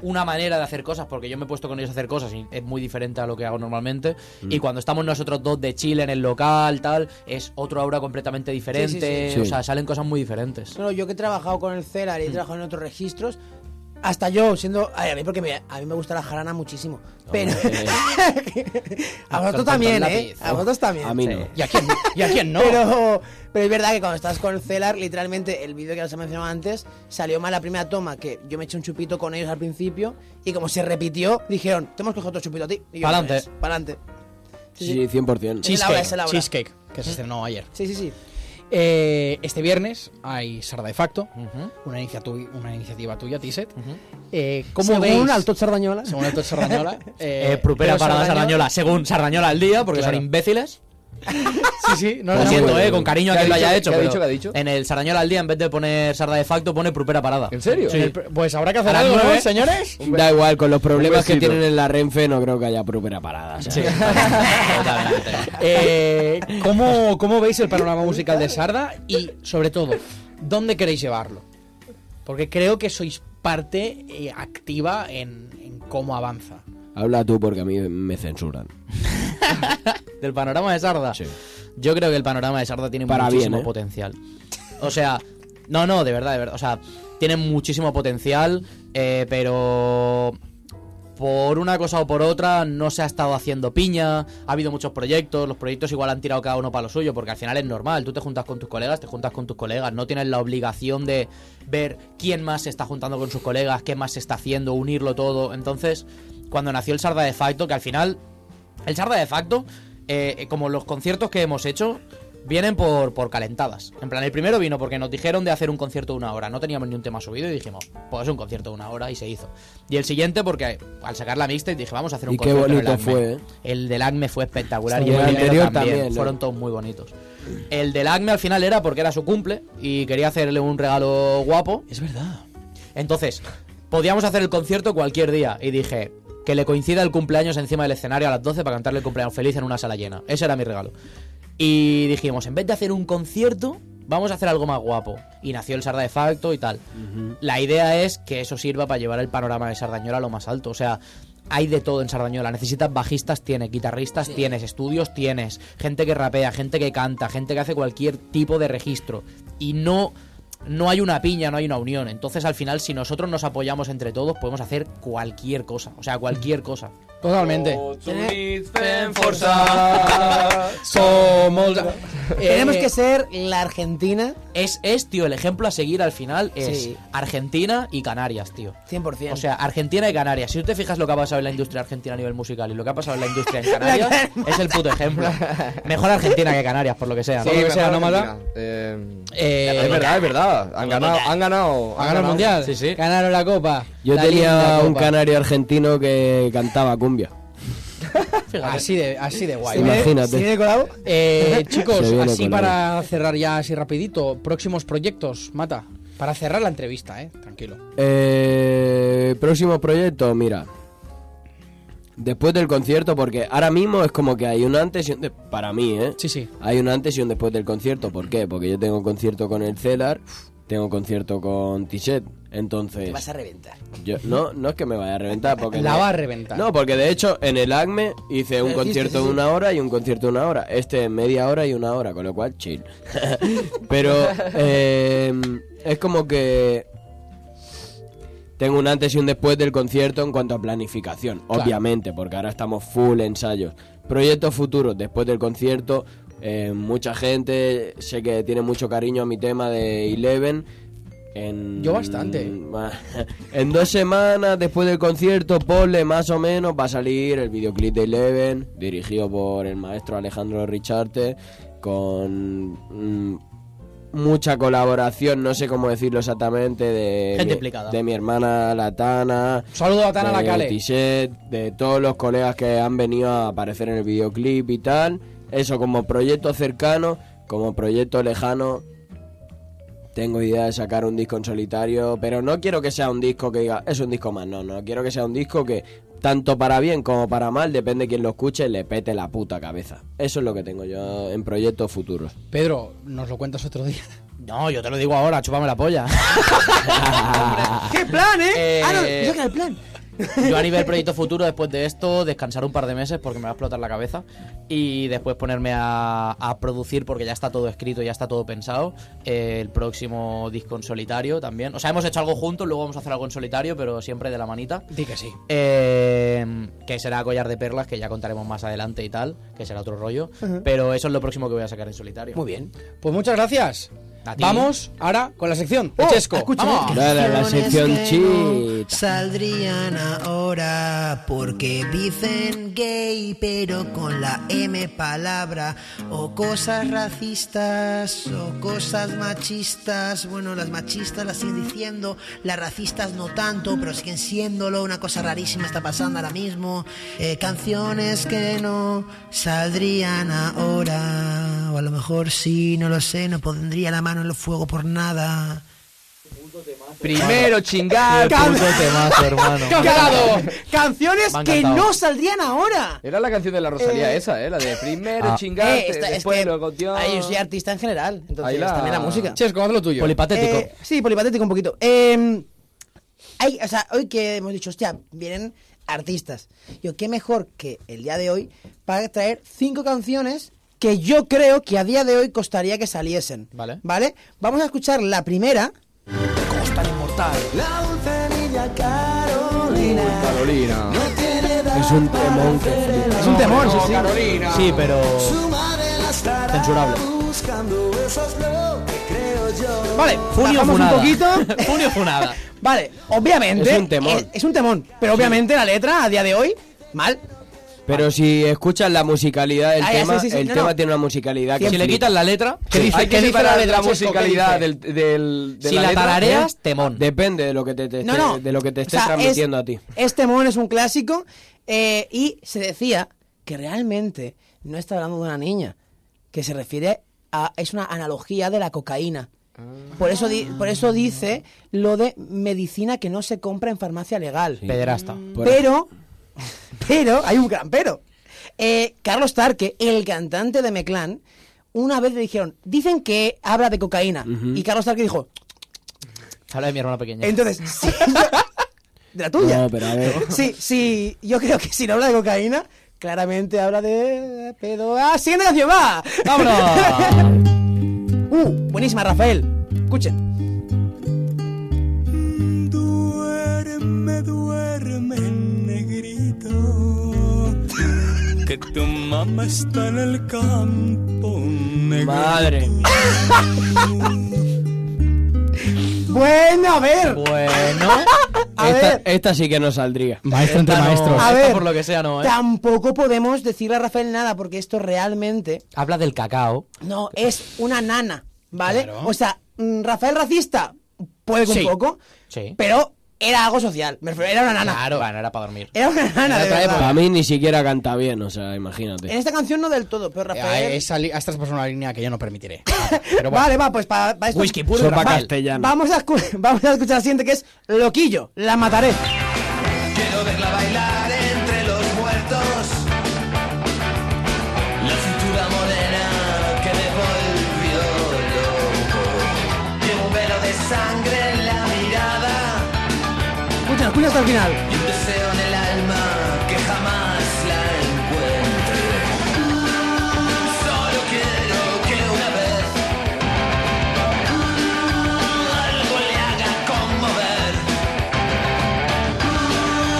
[SPEAKER 5] una manera de hacer cosas, porque yo me he puesto con ellos a hacer cosas y es muy diferente a lo que hago normalmente. Y cuando estamos nosotros dos de Chile en el local, tal, es otro aura completamente diferente,
[SPEAKER 8] sí.
[SPEAKER 5] o
[SPEAKER 8] Sí.
[SPEAKER 5] sea, salen cosas muy diferentes.
[SPEAKER 2] No, yo que he trabajado con el Celar y
[SPEAKER 8] Mm.
[SPEAKER 2] he trabajado en otros registros, hasta yo siendo. ay, A mí, porque me- a mí me gusta la jarana muchísimo. Pero.
[SPEAKER 8] Eh,
[SPEAKER 2] a
[SPEAKER 5] Con- con-
[SPEAKER 2] vosotros
[SPEAKER 5] con
[SPEAKER 2] también,
[SPEAKER 5] lápiz,
[SPEAKER 2] ¿eh? A
[SPEAKER 5] ¿no?
[SPEAKER 2] vosotros también.
[SPEAKER 8] A mí no.
[SPEAKER 5] ¿Y a quién, y a quién no?
[SPEAKER 2] Pero, pero es verdad que cuando estás con el Celar, literalmente el vídeo que os he mencionado antes salió mal la primera toma. Que yo me eché un chupito con ellos al principio y como se repitió, dijeron: Te hemos cogido otro chupito a ti. Y yo,
[SPEAKER 5] Pa'lante.
[SPEAKER 2] "Pues, Pa'lante.
[SPEAKER 8] Sí, sí, 100%.
[SPEAKER 2] Sí. el aura, es el aura.
[SPEAKER 1] Cheesecake, que se estrenó ayer.
[SPEAKER 2] Sí, sí, sí.
[SPEAKER 1] Eh, este viernes hay Sarda de Facto, una, iniciatu- una iniciativa tuya, Tiset. Eh, ¿Cómo
[SPEAKER 2] Según
[SPEAKER 1] veis?
[SPEAKER 2] Altot Sardañola.
[SPEAKER 1] Según Altot Sardañola.
[SPEAKER 5] Eh, propera
[SPEAKER 1] pero
[SPEAKER 5] para
[SPEAKER 1] Sardaño-
[SPEAKER 5] Sardañola, según Sardañola al día, porque
[SPEAKER 1] Claro.
[SPEAKER 5] son imbéciles.
[SPEAKER 1] Sí, sí, no pues,
[SPEAKER 5] Lo
[SPEAKER 1] no,
[SPEAKER 5] siento,
[SPEAKER 1] no.
[SPEAKER 5] eh, con cariño a
[SPEAKER 4] ¿Qué ha
[SPEAKER 5] quien lo haya
[SPEAKER 4] dicho?
[SPEAKER 5] hecho.
[SPEAKER 4] ¿Qué ha
[SPEAKER 5] pero
[SPEAKER 4] dicho? ¿Qué ha dicho?
[SPEAKER 5] En el Sardañola al día, en vez de poner sarda de facto, pone propera parada.
[SPEAKER 4] ¿En serio?
[SPEAKER 1] En el pr- Pues habrá que hacer
[SPEAKER 5] eh, A las
[SPEAKER 1] algo, ¿no,
[SPEAKER 5] nueve. Oh.
[SPEAKER 1] señores?
[SPEAKER 8] Da igual, con los problemas que
[SPEAKER 4] besito.
[SPEAKER 8] tienen en la Renfe no creo que haya propera parada. ¿sabes?
[SPEAKER 5] Sí, totalmente.
[SPEAKER 1] Eh, ¿cómo, ¿Cómo veis el panorama musical de Sarda? Y, sobre todo, ¿dónde queréis llevarlo? Porque creo que sois parte eh, activa en, en cómo avanza.
[SPEAKER 8] Habla tú porque a mí me censuran.
[SPEAKER 5] ¿Del panorama de Sarda? Yo creo que el panorama de Sarda tiene
[SPEAKER 8] Para
[SPEAKER 5] muchísimo
[SPEAKER 8] bien, ¿eh?
[SPEAKER 5] potencial. O sea, no, no, de verdad, de verdad. O sea, tiene muchísimo potencial, eh, pero por una cosa o por otra no se ha estado haciendo piña, ha habido muchos proyectos, los proyectos igual han tirado cada uno para lo suyo, porque al final es normal, tú te juntas con tus colegas, te juntas con tus colegas, no tienes la obligación de ver quién más se está juntando con sus colegas, qué más se está haciendo, unirlo todo. Entonces, cuando nació el Sarda de facto, que al final el Sarda de facto, eh, eh, como los conciertos que hemos hecho, vienen por, por calentadas. En plan, el primero vino porque nos dijeron de hacer un concierto de una hora. No teníamos ni un tema subido y dijimos, pues un concierto de una hora y se hizo. Y el siguiente porque al sacar la mixtape dije, vamos a hacer un
[SPEAKER 8] Y qué
[SPEAKER 5] concierto. en el
[SPEAKER 8] bonito
[SPEAKER 5] ACME".
[SPEAKER 8] fue, ¿eh?
[SPEAKER 5] El del ACME fue espectacular
[SPEAKER 8] Sí,
[SPEAKER 5] y el
[SPEAKER 8] el
[SPEAKER 5] anterior
[SPEAKER 8] anterior
[SPEAKER 5] también.
[SPEAKER 8] también, ¿no?
[SPEAKER 5] Fueron todos muy bonitos. El del ACME al final era porque era su cumple y quería hacerle un regalo guapo.
[SPEAKER 1] Es verdad.
[SPEAKER 5] Entonces, podíamos hacer el concierto cualquier día. Y dije, que le coincida el cumpleaños encima del escenario a las 12 para cantarle el cumpleaños feliz en una sala llena. Ese era mi regalo. Y dijimos, en vez de hacer un concierto, vamos a hacer algo más guapo. Y nació el Sarda de facto y tal. La idea es que eso sirva para llevar el panorama de Sardañola a lo más alto. O sea, hay de todo en Sardañola. Necesitas bajistas, tienes, guitarristas, tienes, estudios, tienes, gente que rapea, gente que canta, gente que hace cualquier tipo de registro. Y no. No hay una piña, no hay una unión. Entonces, al final, si nosotros nos apoyamos entre todos, podemos hacer cualquier cosa. O sea, cualquier cosa.
[SPEAKER 1] Totalmente.
[SPEAKER 2] eh,
[SPEAKER 5] Eh,
[SPEAKER 2] Tenemos que ser la Argentina
[SPEAKER 5] Es, es, tío, el ejemplo a seguir al final es
[SPEAKER 2] Sí.
[SPEAKER 5] Argentina y Canarias, tío.
[SPEAKER 2] 100%.
[SPEAKER 5] O sea, Argentina y Canarias. Si tú te fijas lo que ha pasado en la industria argentina a nivel musical y lo que ha pasado en la industria en Canarias, es el puto ejemplo. Mejor Argentina que Canarias, por lo que sea. ¿no?
[SPEAKER 1] Sí, que sea, Nómada.
[SPEAKER 4] Eh,
[SPEAKER 5] Eh,
[SPEAKER 4] es verdad, es verdad. Han ganado, han ganado.
[SPEAKER 1] ¿Ha ganado el mundial?
[SPEAKER 5] Sí, sí.
[SPEAKER 1] Ganaron la copa.
[SPEAKER 8] Yo
[SPEAKER 1] La
[SPEAKER 8] tenía
[SPEAKER 1] linda
[SPEAKER 8] un
[SPEAKER 1] copa.
[SPEAKER 8] canario argentino que cantaba cumbia.
[SPEAKER 5] fíjate.
[SPEAKER 1] Así de, así de guay.
[SPEAKER 8] Sí, Imagínate. ¿Se viene
[SPEAKER 1] colado? Eh, chicos,
[SPEAKER 8] Se viene
[SPEAKER 1] así
[SPEAKER 8] colado.
[SPEAKER 1] para cerrar ya así rapidito, próximos proyectos, Mata. Para cerrar la entrevista, eh, tranquilo.
[SPEAKER 8] Eh, próximo proyecto, mira. Después del concierto, porque ahora mismo es como que hay un antes y un después. Para mí, ¿eh?
[SPEAKER 1] Sí, sí.
[SPEAKER 8] Hay un antes y un después del concierto. ¿Por qué? Porque yo tengo concierto con el Celar, tengo concierto con Tichet. Entonces.
[SPEAKER 2] te vas a reventar.
[SPEAKER 8] Yo, no, no es que me vaya a reventar. Porque
[SPEAKER 1] La
[SPEAKER 8] me-
[SPEAKER 1] va a reventar.
[SPEAKER 8] No, porque de hecho en el ACME hice un
[SPEAKER 2] Lo hiciste, sí,
[SPEAKER 8] concierto de
[SPEAKER 2] sí.
[SPEAKER 8] una hora y un concierto de una hora. Este es media hora y una hora, con lo cual chill. Pero eh, es como que tengo un antes y un después del concierto en cuanto a planificación, obviamente, porque ahora estamos full ensayos. Proyectos futuros después del concierto. eh, mucha gente sé que tiene mucho cariño a mi tema de Eleven. En,
[SPEAKER 1] Yo bastante.
[SPEAKER 8] En dos semanas después del concierto, ponle más o menos, va a salir el videoclip de Eleven, dirigido por el maestro Alejandro Richarte, con mm, mucha colaboración, no sé cómo decirlo exactamente, de,
[SPEAKER 5] Gente
[SPEAKER 8] mi,
[SPEAKER 5] implicada.
[SPEAKER 8] de mi hermana Latana.
[SPEAKER 1] Saludo a Tana
[SPEAKER 8] de
[SPEAKER 1] Lacale.
[SPEAKER 8] Tisset, de todos los colegas que han venido a aparecer en el videoclip y tal. Eso como proyecto cercano, como proyecto lejano. Tengo idea de sacar un disco en solitario, pero no quiero que sea un disco que diga, es un disco más, no, no, quiero que sea un disco que tanto para bien como para mal, depende de quien lo escuche, le pete la puta cabeza. Eso es lo que tengo yo en proyectos futuros.
[SPEAKER 1] Pedro, nos lo cuentas otro día.
[SPEAKER 5] No, yo te lo digo ahora, chúpame la polla.
[SPEAKER 2] ¡Qué plan, eh!
[SPEAKER 5] Eh,
[SPEAKER 2] Ah, no, yo que era el plan.
[SPEAKER 5] Yo a nivel proyecto futuro, después de esto, descansar un par de meses porque me va a explotar la cabeza y después ponerme a, a producir porque ya está todo escrito, ya está todo pensado. Eh, el próximo disco en solitario también. O sea, hemos hecho algo juntos, luego vamos a hacer algo en solitario, pero siempre de la manita.
[SPEAKER 1] Di que sí.
[SPEAKER 5] Eh, que será Collar de Perlas, que ya contaremos más adelante y tal, que será otro rollo. Pero eso es lo próximo que voy a sacar en solitario.
[SPEAKER 2] Muy bien.
[SPEAKER 1] Pues muchas gracias.
[SPEAKER 5] A ti.
[SPEAKER 1] Vamos ahora con la sección.
[SPEAKER 2] Oh,
[SPEAKER 1] de Chesco. Vamos.
[SPEAKER 8] Dale a la sección chita.
[SPEAKER 9] Saldrían ahora porque dicen gay, pero con la M palabra, o cosas racistas, o cosas machistas. Bueno, las machistas las siguen diciendo, las racistas no tanto, pero siguen siéndolo. Una cosa rarísima está pasando ahora mismo. Eh, canciones que no saldrían ahora, o a lo mejor sí, no lo sé, no pondría la mano en el fuego por nada.
[SPEAKER 4] Primero chingar.
[SPEAKER 5] hermano.
[SPEAKER 2] Claro,
[SPEAKER 5] Me
[SPEAKER 2] Canciones
[SPEAKER 5] ha
[SPEAKER 2] que
[SPEAKER 5] encantado.
[SPEAKER 2] no saldrían ahora.
[SPEAKER 4] Era la canción de la Rosalía esa, ¿eh? La de primero chingarte,
[SPEAKER 2] Eh,
[SPEAKER 5] este
[SPEAKER 2] esta- es
[SPEAKER 4] después
[SPEAKER 2] que-
[SPEAKER 4] luego tío.
[SPEAKER 2] Ay, yo soy artista en general,
[SPEAKER 4] Ahí
[SPEAKER 2] entonces
[SPEAKER 4] la-
[SPEAKER 2] también la música.
[SPEAKER 1] Chesco, haz lo tuyo.
[SPEAKER 5] Polipatético.
[SPEAKER 2] Eh, sí, polipatético un poquito. Eh, hay- o sea, hoy que hemos dicho, hostia, vienen artistas. Yo, qué mejor que el día de hoy para traer cinco canciones que yo creo que a día de hoy costaría que saliesen.
[SPEAKER 5] Vale.
[SPEAKER 2] ¿Vale? Vamos a escuchar la primera.
[SPEAKER 4] Carolina.
[SPEAKER 8] Es un temón que flipa.
[SPEAKER 1] Es un temor, sí, sí.
[SPEAKER 5] Sí, pero. Censurable.
[SPEAKER 1] Vale,
[SPEAKER 5] Junio
[SPEAKER 1] bajamos un
[SPEAKER 5] funada.
[SPEAKER 1] poquito.
[SPEAKER 5] Junio funada.
[SPEAKER 2] Vale, obviamente. eh,
[SPEAKER 8] Es un temón.
[SPEAKER 2] Es, es un temón, pero obviamente la letra a día de hoy, mal.
[SPEAKER 8] Pero si escuchas la musicalidad del
[SPEAKER 2] Ah, ya,
[SPEAKER 8] tema,
[SPEAKER 2] sí, sí, sí,
[SPEAKER 8] el
[SPEAKER 2] no,
[SPEAKER 8] tema
[SPEAKER 2] no.
[SPEAKER 8] tiene una musicalidad que
[SPEAKER 5] Si le
[SPEAKER 8] flipa.
[SPEAKER 5] quitas la letra,
[SPEAKER 1] ¿Qué dice?
[SPEAKER 4] Hay que
[SPEAKER 1] ¿Qué dice
[SPEAKER 4] separar
[SPEAKER 1] la
[SPEAKER 4] la,
[SPEAKER 1] letra, Chesco?
[SPEAKER 4] musicalidad
[SPEAKER 1] ¿Qué
[SPEAKER 4] del, del, de
[SPEAKER 5] si
[SPEAKER 4] la,
[SPEAKER 5] la
[SPEAKER 4] letra,
[SPEAKER 5] tarareas, temón.
[SPEAKER 8] Depende de lo que te, te
[SPEAKER 2] No,
[SPEAKER 8] esté-
[SPEAKER 2] no.
[SPEAKER 8] de lo que te
[SPEAKER 2] O
[SPEAKER 8] esté
[SPEAKER 2] sea,
[SPEAKER 8] transmitiendo
[SPEAKER 2] es-
[SPEAKER 8] a ti.
[SPEAKER 2] Este mon es un clásico eh, y se decía que realmente no está hablando de una niña, que se refiere a... es una analogía de la cocaína.
[SPEAKER 8] Ah.
[SPEAKER 2] Por eso, di- por eso dice lo de medicina que no se compra en farmacia legal.
[SPEAKER 5] Pederasta.
[SPEAKER 8] Por-
[SPEAKER 2] Pero, pero, hay un gran pero. Eh, Carlos Tarque, el cantante de Meclán, una vez le dijeron, dicen que habla de cocaína. Y Carlos Tarque dijo,
[SPEAKER 5] Habla de mi hermana pequeña.
[SPEAKER 2] entonces, sí, yo- de la tuya.
[SPEAKER 8] No, pero a ver.
[SPEAKER 2] Sí, sí, yo creo que si no habla de cocaína, claramente habla de pedo. ¡Ah, siguiente canción, va!
[SPEAKER 5] ¡Vámonos!
[SPEAKER 2] ¡Uh, buenísima, Rafael! Escuchen.
[SPEAKER 10] Duerme, duerme, negrito. Que tu mamá está en el campo, negrito.
[SPEAKER 5] Madre.
[SPEAKER 2] Bueno, a ver,
[SPEAKER 5] Bueno.
[SPEAKER 2] a
[SPEAKER 8] Esta,
[SPEAKER 2] ver.
[SPEAKER 8] esta sí que no saldría.
[SPEAKER 1] Maestro entre
[SPEAKER 5] Esta no,
[SPEAKER 1] maestros.
[SPEAKER 2] A
[SPEAKER 5] esta
[SPEAKER 2] ver.
[SPEAKER 5] por lo que sea, no, ¿eh?
[SPEAKER 2] Tampoco podemos decirle a Rafael nada porque esto realmente
[SPEAKER 5] Habla del cacao.
[SPEAKER 2] no es una nana, ¿vale? O sea, mm, Rafael racista puede que
[SPEAKER 5] Sí.
[SPEAKER 2] un poco,
[SPEAKER 5] Sí.
[SPEAKER 2] pero era algo social. Me refiero, era una nana.
[SPEAKER 5] Claro. Bueno, era para dormir.
[SPEAKER 2] Era una nana, de verdad.
[SPEAKER 8] Para mí ni siquiera canta bien, o sea,
[SPEAKER 2] En
[SPEAKER 8] imagínate.
[SPEAKER 2] esta canción no del todo, pero Rafael.
[SPEAKER 1] Eh, esa li- esta es una línea que yo no permitiré. Pero bueno.
[SPEAKER 2] Vale, va, pues para esto.
[SPEAKER 1] Whisky puro de
[SPEAKER 2] Va-
[SPEAKER 1] Rafael.
[SPEAKER 8] Castellano.
[SPEAKER 2] Vamos a, escu- vamos a escuchar la siguiente que es Loquillo, la mataré.
[SPEAKER 10] Quiero verla bailar entre los muertos. La cintura morena que me volvió loco. Llevo un velo de sangre en la mirada
[SPEAKER 2] Escucha, escucha hasta el final.
[SPEAKER 10] y un deseo en el alma que jamás la encuentre. Solo quiero que una vez algo le haga conmover.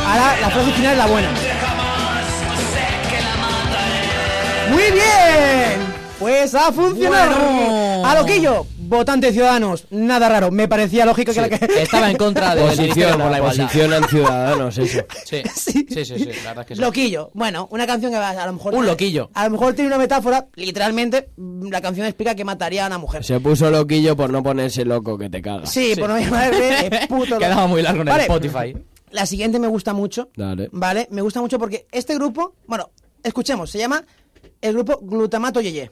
[SPEAKER 2] Ahora la frase final es la buena.
[SPEAKER 10] Jamás sé que la mataré.
[SPEAKER 2] ¡Muy bien! Pues ha funcionado.
[SPEAKER 5] Bueno.
[SPEAKER 2] A Loquillo, votante de Ciudadanos. Nada raro, me parecía lógico que la que.
[SPEAKER 5] Estaba en contra del Ministerio por la
[SPEAKER 8] Posicionan,
[SPEAKER 5] Igualdad.
[SPEAKER 8] posicionan ciudadanos, eso.
[SPEAKER 5] Sí.
[SPEAKER 2] Sí.
[SPEAKER 5] sí, sí, sí, la verdad es que sí.
[SPEAKER 2] Loquillo, bueno, una canción que a lo mejor.
[SPEAKER 5] Un loquillo.
[SPEAKER 2] A lo mejor tiene una metáfora, literalmente, mm, la canción explica que mataría a una mujer.
[SPEAKER 8] Se puso loquillo por no ponerse loco que te cagas.
[SPEAKER 2] Sí, por no llamarle eh, puto.
[SPEAKER 5] Quedaba
[SPEAKER 2] loco.
[SPEAKER 5] muy largo en
[SPEAKER 2] Vale,
[SPEAKER 5] el Spotify.
[SPEAKER 2] La siguiente me gusta mucho.
[SPEAKER 8] Dale.
[SPEAKER 2] Vale, me gusta mucho porque este grupo, bueno, escuchemos, se llama el grupo Glutamato Yeye.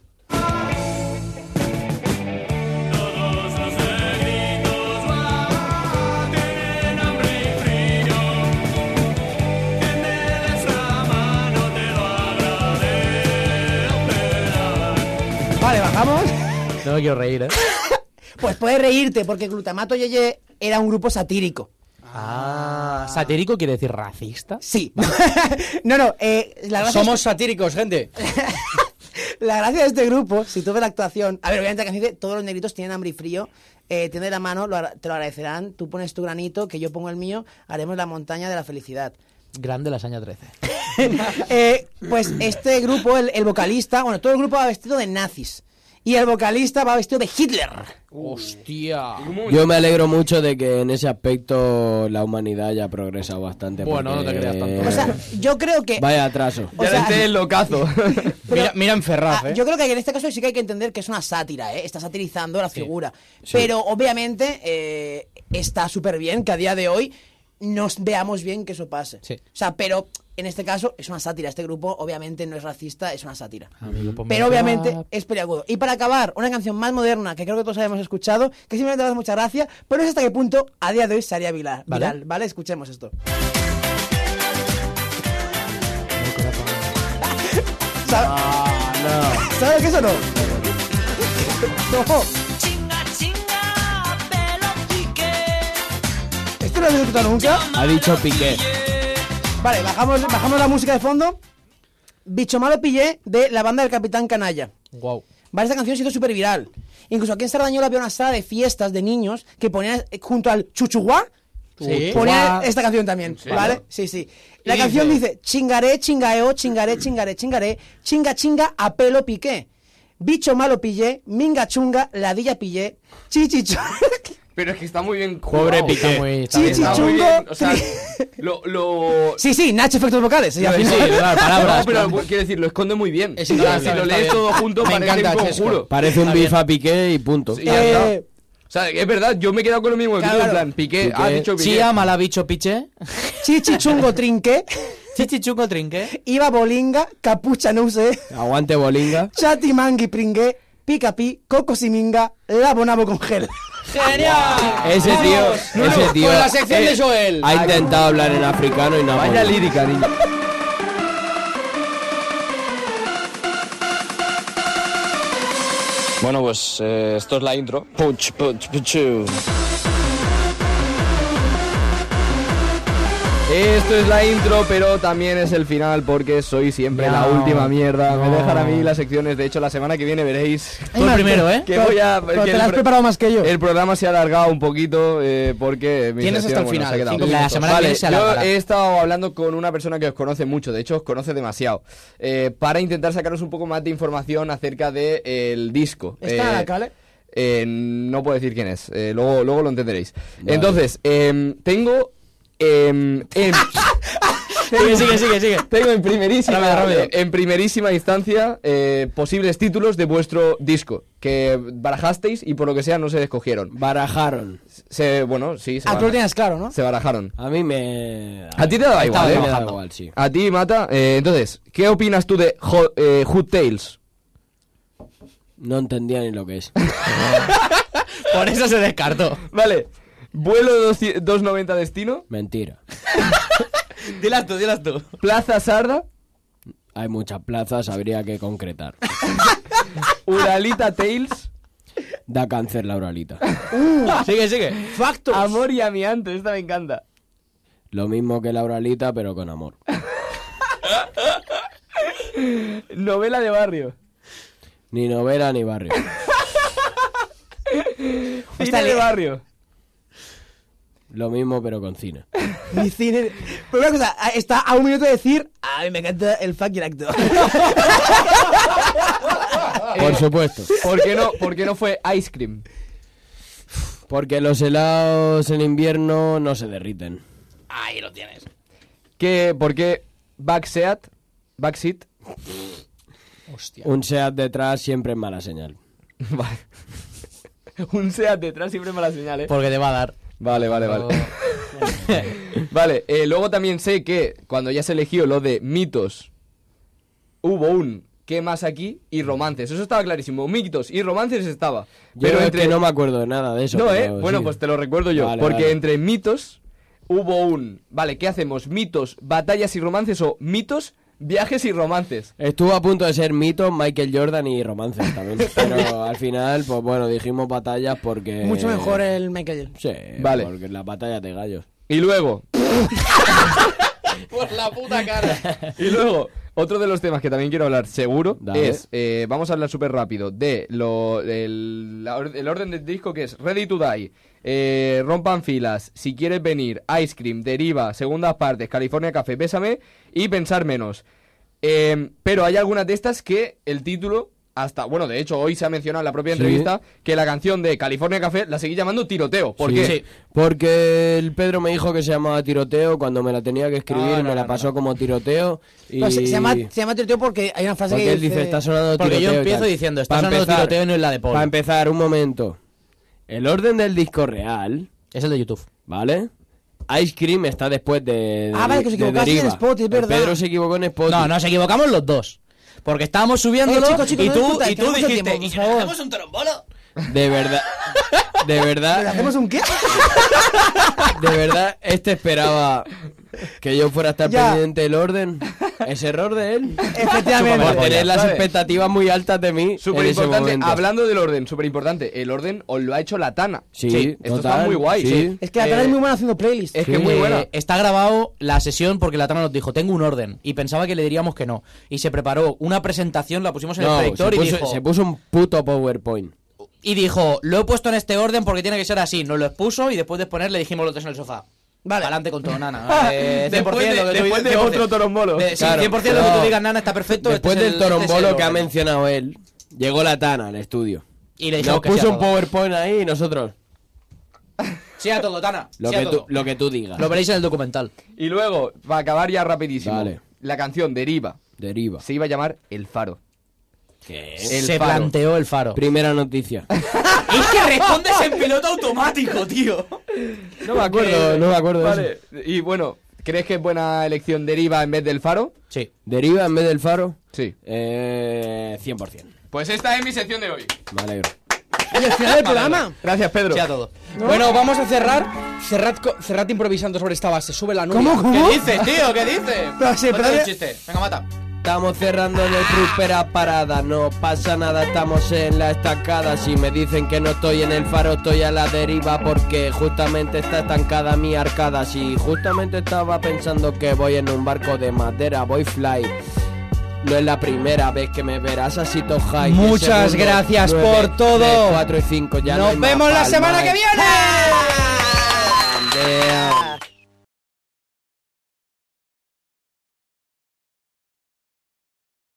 [SPEAKER 2] Vale, bajamos.
[SPEAKER 5] No me quiero reír, ¿eh?
[SPEAKER 2] Pues puedes reírte porque Glutamato Yeye era un grupo satírico.
[SPEAKER 5] Ah, satírico quiere decir racista.
[SPEAKER 2] Sí. no, no, eh, la gracia
[SPEAKER 1] Somos satíricos, gente.
[SPEAKER 2] La gracia de este grupo, si tú ves la actuación, a ver, obviamente la canción dice, todos los negritos tienen hambre y frío, eh, tiende la mano, lo agra- te lo agradecerán, tú pones tu granito, que yo pongo el mío, haremos la montaña de la felicidad.
[SPEAKER 5] Grande la lasaña 13.
[SPEAKER 2] Eh, pues este grupo, el, el vocalista, bueno, todo el grupo va vestido de nazis. Y el vocalista va vestido de Hitler.
[SPEAKER 5] Hostia.
[SPEAKER 8] Yo me alegro mucho de que en ese aspecto la humanidad ya progresa bastante.
[SPEAKER 5] Bueno,
[SPEAKER 8] porque-
[SPEAKER 5] no te creas tanto.
[SPEAKER 2] O sea,
[SPEAKER 1] Eh.
[SPEAKER 2] eh, yo creo que...
[SPEAKER 8] Vaya atraso.
[SPEAKER 2] o sea,
[SPEAKER 4] el locazo.
[SPEAKER 1] mira, mira en Ferraz,
[SPEAKER 2] Ah,
[SPEAKER 1] eh.
[SPEAKER 2] Yo creo que en este caso sí que hay que entender que es una sátira, ¿eh? está satirizando la figura. Pero obviamente eh, está súper bien que a día de hoy nos veamos bien que eso pase.
[SPEAKER 5] Sí.
[SPEAKER 2] O sea, pero en este caso es una sátira. Este grupo obviamente no es racista, es una sátira.
[SPEAKER 5] Amigo, ponme
[SPEAKER 2] Pero
[SPEAKER 5] la-
[SPEAKER 2] obviamente es peliagudo. Y para acabar, una canción más moderna que creo que todos habíamos escuchado, que simplemente me hace mucha gracia, pero no sé hasta qué punto a día de hoy se haría vila- viral.
[SPEAKER 5] Vale.
[SPEAKER 2] ¿Vale? Escuchemos esto. ¿Sabes ¿Sabes qué es o no? No,
[SPEAKER 10] Chinga, chinga, pelo pique.
[SPEAKER 2] esto no lo he escuchado nunca.
[SPEAKER 8] Ha dicho
[SPEAKER 2] eh,
[SPEAKER 8] Piqué.
[SPEAKER 2] Vale, bajamos, bajamos la música de fondo. Bicho malo pillé de la banda del Capitán Canalla.
[SPEAKER 5] Guau.
[SPEAKER 2] Vale, esta canción se hizo súper viral. Incluso aquí en Sardañola había una sala de fiestas de niños que ponían eh, junto al chuchuá.
[SPEAKER 1] Sí.
[SPEAKER 2] Ponían
[SPEAKER 5] Chuchuá.
[SPEAKER 2] esta canción también, ¿vale? Sí, sí. La canción dice, chingaré, chingaeo, chingaré, chingaré, chingaré, chinga, chinga, a pelo piqué. Bicho malo pillé, minga chunga, ladilla pillé, chichicho.
[SPEAKER 4] Pero es que está muy bien
[SPEAKER 5] Pobre
[SPEAKER 4] jugado.
[SPEAKER 5] Piqué. Está muy- está
[SPEAKER 2] Sí,
[SPEAKER 5] bien,
[SPEAKER 2] sí,
[SPEAKER 5] está
[SPEAKER 4] Está
[SPEAKER 5] muy-
[SPEAKER 4] muy
[SPEAKER 2] chungo.
[SPEAKER 4] bien, o sea, lo... lo...
[SPEAKER 2] sí, sí, Nacho, efectos vocales. sí, al
[SPEAKER 5] Sí,
[SPEAKER 2] final.
[SPEAKER 5] claro,
[SPEAKER 4] No,
[SPEAKER 5] palabras.
[SPEAKER 4] pero quiero decir, lo esconde muy bien.
[SPEAKER 1] Es
[SPEAKER 4] O sea, si
[SPEAKER 1] increíble,
[SPEAKER 4] lo
[SPEAKER 1] está
[SPEAKER 4] lees
[SPEAKER 1] bien.
[SPEAKER 4] todo junto,
[SPEAKER 1] Me
[SPEAKER 4] parece
[SPEAKER 1] encanta,
[SPEAKER 4] un
[SPEAKER 1] Chesco.
[SPEAKER 4] conjuro.
[SPEAKER 8] Parece un bif a Piqué y punto.
[SPEAKER 4] Y ya está.
[SPEAKER 2] Eh,
[SPEAKER 4] O sea, es verdad, yo me he quedado con lo mismo.
[SPEAKER 2] Claro,
[SPEAKER 4] en
[SPEAKER 2] claro.
[SPEAKER 4] plan, Piqué, ha dicho Piqué.
[SPEAKER 5] Chía, mala bicho, piche.
[SPEAKER 2] Chichi chungo trinque,
[SPEAKER 5] Chichichuco, trinque.
[SPEAKER 2] iba bolinga, capucha no usé,
[SPEAKER 8] Aguante Bolinga.
[SPEAKER 2] chati mangui pringue, pica pi, coco siminga, la bonabo con gel.
[SPEAKER 1] ¡Genial!
[SPEAKER 8] Ese tío, ese tío.
[SPEAKER 1] Con la sección
[SPEAKER 8] eh,
[SPEAKER 1] de Joel.
[SPEAKER 8] Ha intentado hablar en africano y no ha
[SPEAKER 4] Vaya
[SPEAKER 8] podido.
[SPEAKER 4] lírica, niño.
[SPEAKER 10] Chinga,
[SPEAKER 11] Bueno, pues eh, esto es la intro. Puch, puch, puchu.
[SPEAKER 4] Esto es la intro, pero también es el final porque soy siempre la
[SPEAKER 11] No,
[SPEAKER 4] última mierda.
[SPEAKER 11] no.
[SPEAKER 4] Me dejan a mí las secciones. De hecho, la semana que viene veréis.
[SPEAKER 2] Ay, Tú el madre, primero, ¿eh?
[SPEAKER 4] Que
[SPEAKER 2] pero-
[SPEAKER 4] voy a.
[SPEAKER 2] pero
[SPEAKER 4] que
[SPEAKER 2] te la has
[SPEAKER 4] pro-
[SPEAKER 2] preparado más que yo.
[SPEAKER 4] El programa se ha alargado un poquito eh, porque. mi
[SPEAKER 1] Tienes
[SPEAKER 4] sección,
[SPEAKER 1] hasta el
[SPEAKER 4] bueno,
[SPEAKER 1] final,
[SPEAKER 4] se ha quedado.
[SPEAKER 1] cinco La minutos. semana que
[SPEAKER 4] Vale,
[SPEAKER 1] viene se
[SPEAKER 4] Yo
[SPEAKER 1] alargará.
[SPEAKER 4] he estado hablando con una persona que os conoce mucho, de hecho, os conoce demasiado, eh, para intentar sacaros un poco más de información acerca del disco.
[SPEAKER 2] Está
[SPEAKER 4] Eh,
[SPEAKER 2] la cale.
[SPEAKER 4] eh, no puedo decir quién es, eh, luego, luego lo entenderéis. Entonces, em, tengo. em, em-
[SPEAKER 5] Sigue, sigue, sigue, sigue.
[SPEAKER 4] Tengo en primerísima,
[SPEAKER 5] Rápido, rápido.
[SPEAKER 4] en primerísima instancia eh, posibles títulos de vuestro disco que barajasteis y por lo que sea no se escogieron.
[SPEAKER 8] Barajaron.
[SPEAKER 4] Se, bueno, sí, se
[SPEAKER 2] Ah, tú lo
[SPEAKER 4] barajaron.
[SPEAKER 2] tienes claro, ¿no?
[SPEAKER 4] Se barajaron.
[SPEAKER 8] A mí me...
[SPEAKER 4] A ti te daba igual,
[SPEAKER 8] A
[SPEAKER 4] ¿eh?
[SPEAKER 8] mí me da igual, sí.
[SPEAKER 4] A ti, Mata. eh, entonces, ¿qué opinas tú de Ho- eh, Hood Tales?
[SPEAKER 8] No entendía ni lo que es.
[SPEAKER 5] Por eso se descartó.
[SPEAKER 4] Vale. Vuelo 200 290 Destino,
[SPEAKER 8] Mentira.
[SPEAKER 5] Dilas tú, dilas tú.
[SPEAKER 4] Plaza Sarda,
[SPEAKER 8] Hay muchas plazas, habría que concretar.
[SPEAKER 4] Uralita Tales,
[SPEAKER 8] Da cáncer la oralita.
[SPEAKER 5] Sigue, sigue.
[SPEAKER 2] Factos.
[SPEAKER 4] Amor y Amianto. Esta me encanta.
[SPEAKER 8] Lo mismo que la oralita, pero con amor.
[SPEAKER 4] Novela de barrio.
[SPEAKER 8] Ni novela ni barrio.
[SPEAKER 4] Cine
[SPEAKER 2] Hostia,
[SPEAKER 4] de
[SPEAKER 2] le-
[SPEAKER 4] barrio.
[SPEAKER 8] Lo mismo, pero con cine.
[SPEAKER 2] Mi cine. Pero una cosa, a- está a un minuto de decir, ay, me encanta el fucking acto.
[SPEAKER 8] Por supuesto.
[SPEAKER 4] ¿Por qué no, por qué no fue Ice Cream?
[SPEAKER 8] Porque los helados en invierno no se derriten.
[SPEAKER 2] Ahí lo tienes.
[SPEAKER 4] ¿Qué, ¿Por qué Backseat? Backseat.
[SPEAKER 8] Un SEAT detrás siempre es mala señal.
[SPEAKER 4] Vale. Un Seat detrás siempre me la señal, ¿eh?
[SPEAKER 5] Porque te va a dar. Oh.
[SPEAKER 4] Vale, vale, vale. vale, eh, luego también sé que cuando ya se eligió lo de mitos, hubo un ¿qué más aquí? y romances. Eso estaba clarísimo. Mitos y romances estaba.
[SPEAKER 8] Yo pero que no me acuerdo de nada de eso.
[SPEAKER 4] No,
[SPEAKER 8] pero
[SPEAKER 4] ¿eh? Bueno,
[SPEAKER 8] sí.
[SPEAKER 4] pues te lo recuerdo yo.
[SPEAKER 8] Vale,
[SPEAKER 4] porque
[SPEAKER 8] vale.
[SPEAKER 4] entre mitos hubo un... Vale, ¿qué hacemos? ¿Mitos, batallas y romances o mitos, viajes y romances?
[SPEAKER 8] Estuvo a punto de ser mito, Michael Jordan y romances también. pero al final, pues bueno, dijimos batallas porque...
[SPEAKER 2] Mucho mejor el Michael.
[SPEAKER 8] Sí,
[SPEAKER 4] Vale.
[SPEAKER 8] porque las batallas de gallos.
[SPEAKER 4] Y luego...
[SPEAKER 5] Por la puta cara.
[SPEAKER 4] Y luego, otro de los temas que también quiero hablar, seguro,
[SPEAKER 8] Dale.
[SPEAKER 4] es. eh, vamos a hablar súper rápido de lo, el, la or- el orden del disco que es Ready to Die, eh, Rompan Filas, Si Quieres Venir, Ice Cream, Deriva, Segundas Partes, California Café, Pésame y Pensar Menos. Eh, pero hay algunas de estas que el título. Hasta, bueno, de hecho, hoy se ha mencionado en la propia
[SPEAKER 8] Sí.
[SPEAKER 4] entrevista que la canción de California Café la seguí llamando tiroteo. ¿Por
[SPEAKER 8] Sí.
[SPEAKER 4] qué?
[SPEAKER 8] Sí. Porque el Pedro me dijo que se llamaba tiroteo cuando me la tenía que escribir,
[SPEAKER 5] Ah, no,
[SPEAKER 8] me la
[SPEAKER 5] no,
[SPEAKER 8] pasó como tiroteo y...
[SPEAKER 2] No, se, se llama, se llama tiroteo porque hay una frase
[SPEAKER 8] Porque
[SPEAKER 2] que
[SPEAKER 8] él dice, está sonando
[SPEAKER 5] Porque
[SPEAKER 8] tiroteo.
[SPEAKER 5] yo
[SPEAKER 8] y
[SPEAKER 5] empiezo
[SPEAKER 8] tal".
[SPEAKER 5] diciendo, está
[SPEAKER 8] Pa'
[SPEAKER 5] sonando
[SPEAKER 8] empezar-
[SPEAKER 5] tiroteo y no es la de Paul.
[SPEAKER 8] Para empezar, un momento. El orden del disco real,
[SPEAKER 5] Es el de YouTube.
[SPEAKER 8] ¿vale? Ice Cream está después de. de-
[SPEAKER 2] Ah, vale, que os
[SPEAKER 8] de
[SPEAKER 2] equivocasteis en
[SPEAKER 8] Deriva.
[SPEAKER 2] Spot, es
[SPEAKER 8] El
[SPEAKER 2] verdad.
[SPEAKER 8] Pedro se equivocó en Spot.
[SPEAKER 5] No, nos equivocamos los dos. Porque estábamos subiéndolo
[SPEAKER 2] Eh, chicos, chicos,
[SPEAKER 5] y
[SPEAKER 2] no
[SPEAKER 5] tú,
[SPEAKER 2] discutáis,
[SPEAKER 5] y tú
[SPEAKER 2] tenemos mucho
[SPEAKER 5] dijiste,
[SPEAKER 2] tiempo,
[SPEAKER 5] "¿Y
[SPEAKER 2] por
[SPEAKER 5] si nos
[SPEAKER 2] favor".
[SPEAKER 5] hacemos un trombolo?
[SPEAKER 8] De verdad. De verdad.
[SPEAKER 2] ¿Hacemos un qué?
[SPEAKER 8] De verdad, este esperaba que yo fuera a estar
[SPEAKER 2] Ya.
[SPEAKER 8] pendiente del orden. Es error de él. Por
[SPEAKER 2] Efectivamente.
[SPEAKER 8] tener las
[SPEAKER 4] ¿sabes?
[SPEAKER 8] expectativas muy altas de mí.
[SPEAKER 4] Súper
[SPEAKER 8] en ese
[SPEAKER 4] importante.
[SPEAKER 8] momento.
[SPEAKER 4] Hablando del orden, súper importante. El orden os lo ha hecho la Tana.
[SPEAKER 8] Sí,
[SPEAKER 4] esto está
[SPEAKER 8] total,
[SPEAKER 4] muy guay.
[SPEAKER 8] sí.
[SPEAKER 2] Es que la cara
[SPEAKER 4] Eh,
[SPEAKER 2] es muy buena haciendo playlists.
[SPEAKER 4] Es que es muy
[SPEAKER 5] Eh,
[SPEAKER 4] buena.
[SPEAKER 5] Está grabado la sesión porque la Tana nos dijo, tengo un orden. Y pensaba que le diríamos que no. Y se preparó una presentación, la pusimos en
[SPEAKER 8] No,
[SPEAKER 5] el
[SPEAKER 8] se
[SPEAKER 5] proyector y
[SPEAKER 8] puso-
[SPEAKER 5] dijo, Este
[SPEAKER 8] se puso un puto PowerPoint.
[SPEAKER 5] y dijo, lo he puesto en este orden porque tiene que ser así. Nos lo expuso y después de exponer le dijimos los tres en el sofá. Vale. Adelante con todo, nana. Eh, 100%
[SPEAKER 4] Después de-
[SPEAKER 5] lo que tú
[SPEAKER 4] después de
[SPEAKER 5] dices, 100%.
[SPEAKER 4] otro torombolo.
[SPEAKER 5] De- Eh, sí,
[SPEAKER 8] Claro,
[SPEAKER 5] 100% lo que
[SPEAKER 8] pero-
[SPEAKER 5] tú digas, nana, está perfecto. este
[SPEAKER 8] Después
[SPEAKER 5] es
[SPEAKER 8] del
[SPEAKER 5] el- este es el
[SPEAKER 8] torombolo que ha
[SPEAKER 5] orden.
[SPEAKER 8] mencionado él, llegó la Tana al estudio.
[SPEAKER 5] Y le
[SPEAKER 8] Nos
[SPEAKER 5] dijimos que sí a
[SPEAKER 8] puso un
[SPEAKER 5] todo.
[SPEAKER 8] PowerPoint ahí y nosotros.
[SPEAKER 5] Sí a todo, Tana.
[SPEAKER 8] Lo,
[SPEAKER 5] sí a
[SPEAKER 8] que, tú,
[SPEAKER 5] todo.
[SPEAKER 8] lo que tú digas.
[SPEAKER 5] Lo veréis en el documental.
[SPEAKER 4] Y luego, para acabar ya rapidísimo,
[SPEAKER 8] Dale.
[SPEAKER 4] la canción Deriva
[SPEAKER 8] Deriva.
[SPEAKER 4] se iba a llamar El Faro. El
[SPEAKER 5] se
[SPEAKER 4] faro.
[SPEAKER 5] planteó el faro.
[SPEAKER 8] Primera noticia.
[SPEAKER 5] es que respondes en piloto automático, tío.
[SPEAKER 4] No me
[SPEAKER 8] acuerdo, no me acuerdo de
[SPEAKER 4] Vale. Y bueno, ¿crees que es buena elección Deriva en vez del Faro?
[SPEAKER 5] Sí.
[SPEAKER 8] Deriva en vez del faro.
[SPEAKER 4] Sí.
[SPEAKER 8] Eh, 100%.
[SPEAKER 4] Pues esta es mi sección de hoy.
[SPEAKER 8] Me alegro.
[SPEAKER 2] Oye, el final del programa.
[SPEAKER 4] Gracias, Pedro.
[SPEAKER 5] Sí a todo.
[SPEAKER 1] Bueno, vamos a cerrar. Cerrad, co- cerrad improvisando sobre esta base. Sube la nube.
[SPEAKER 2] ¿Cómo, cómo?
[SPEAKER 5] ¿Qué dices, tío? ¿Qué dices?
[SPEAKER 2] Pero sí,
[SPEAKER 5] Cuéntame
[SPEAKER 2] pero-
[SPEAKER 5] un chiste. Venga, mata.
[SPEAKER 8] Estamos cerrando en el Prospera Parada, no pasa nada, estamos en la estacada. Si me dicen que no estoy en el faro, estoy a la deriva porque justamente está estancada mi arcada. Si justamente estaba pensando que voy en un barco de madera, voy fly. No es la primera vez que me verás así High.
[SPEAKER 1] Muchas gracias por todo.
[SPEAKER 8] 4 y 5 ya no
[SPEAKER 1] Nos
[SPEAKER 8] hay más
[SPEAKER 1] vemos la
[SPEAKER 8] palmas.
[SPEAKER 1] semana que viene.
[SPEAKER 8] Damn.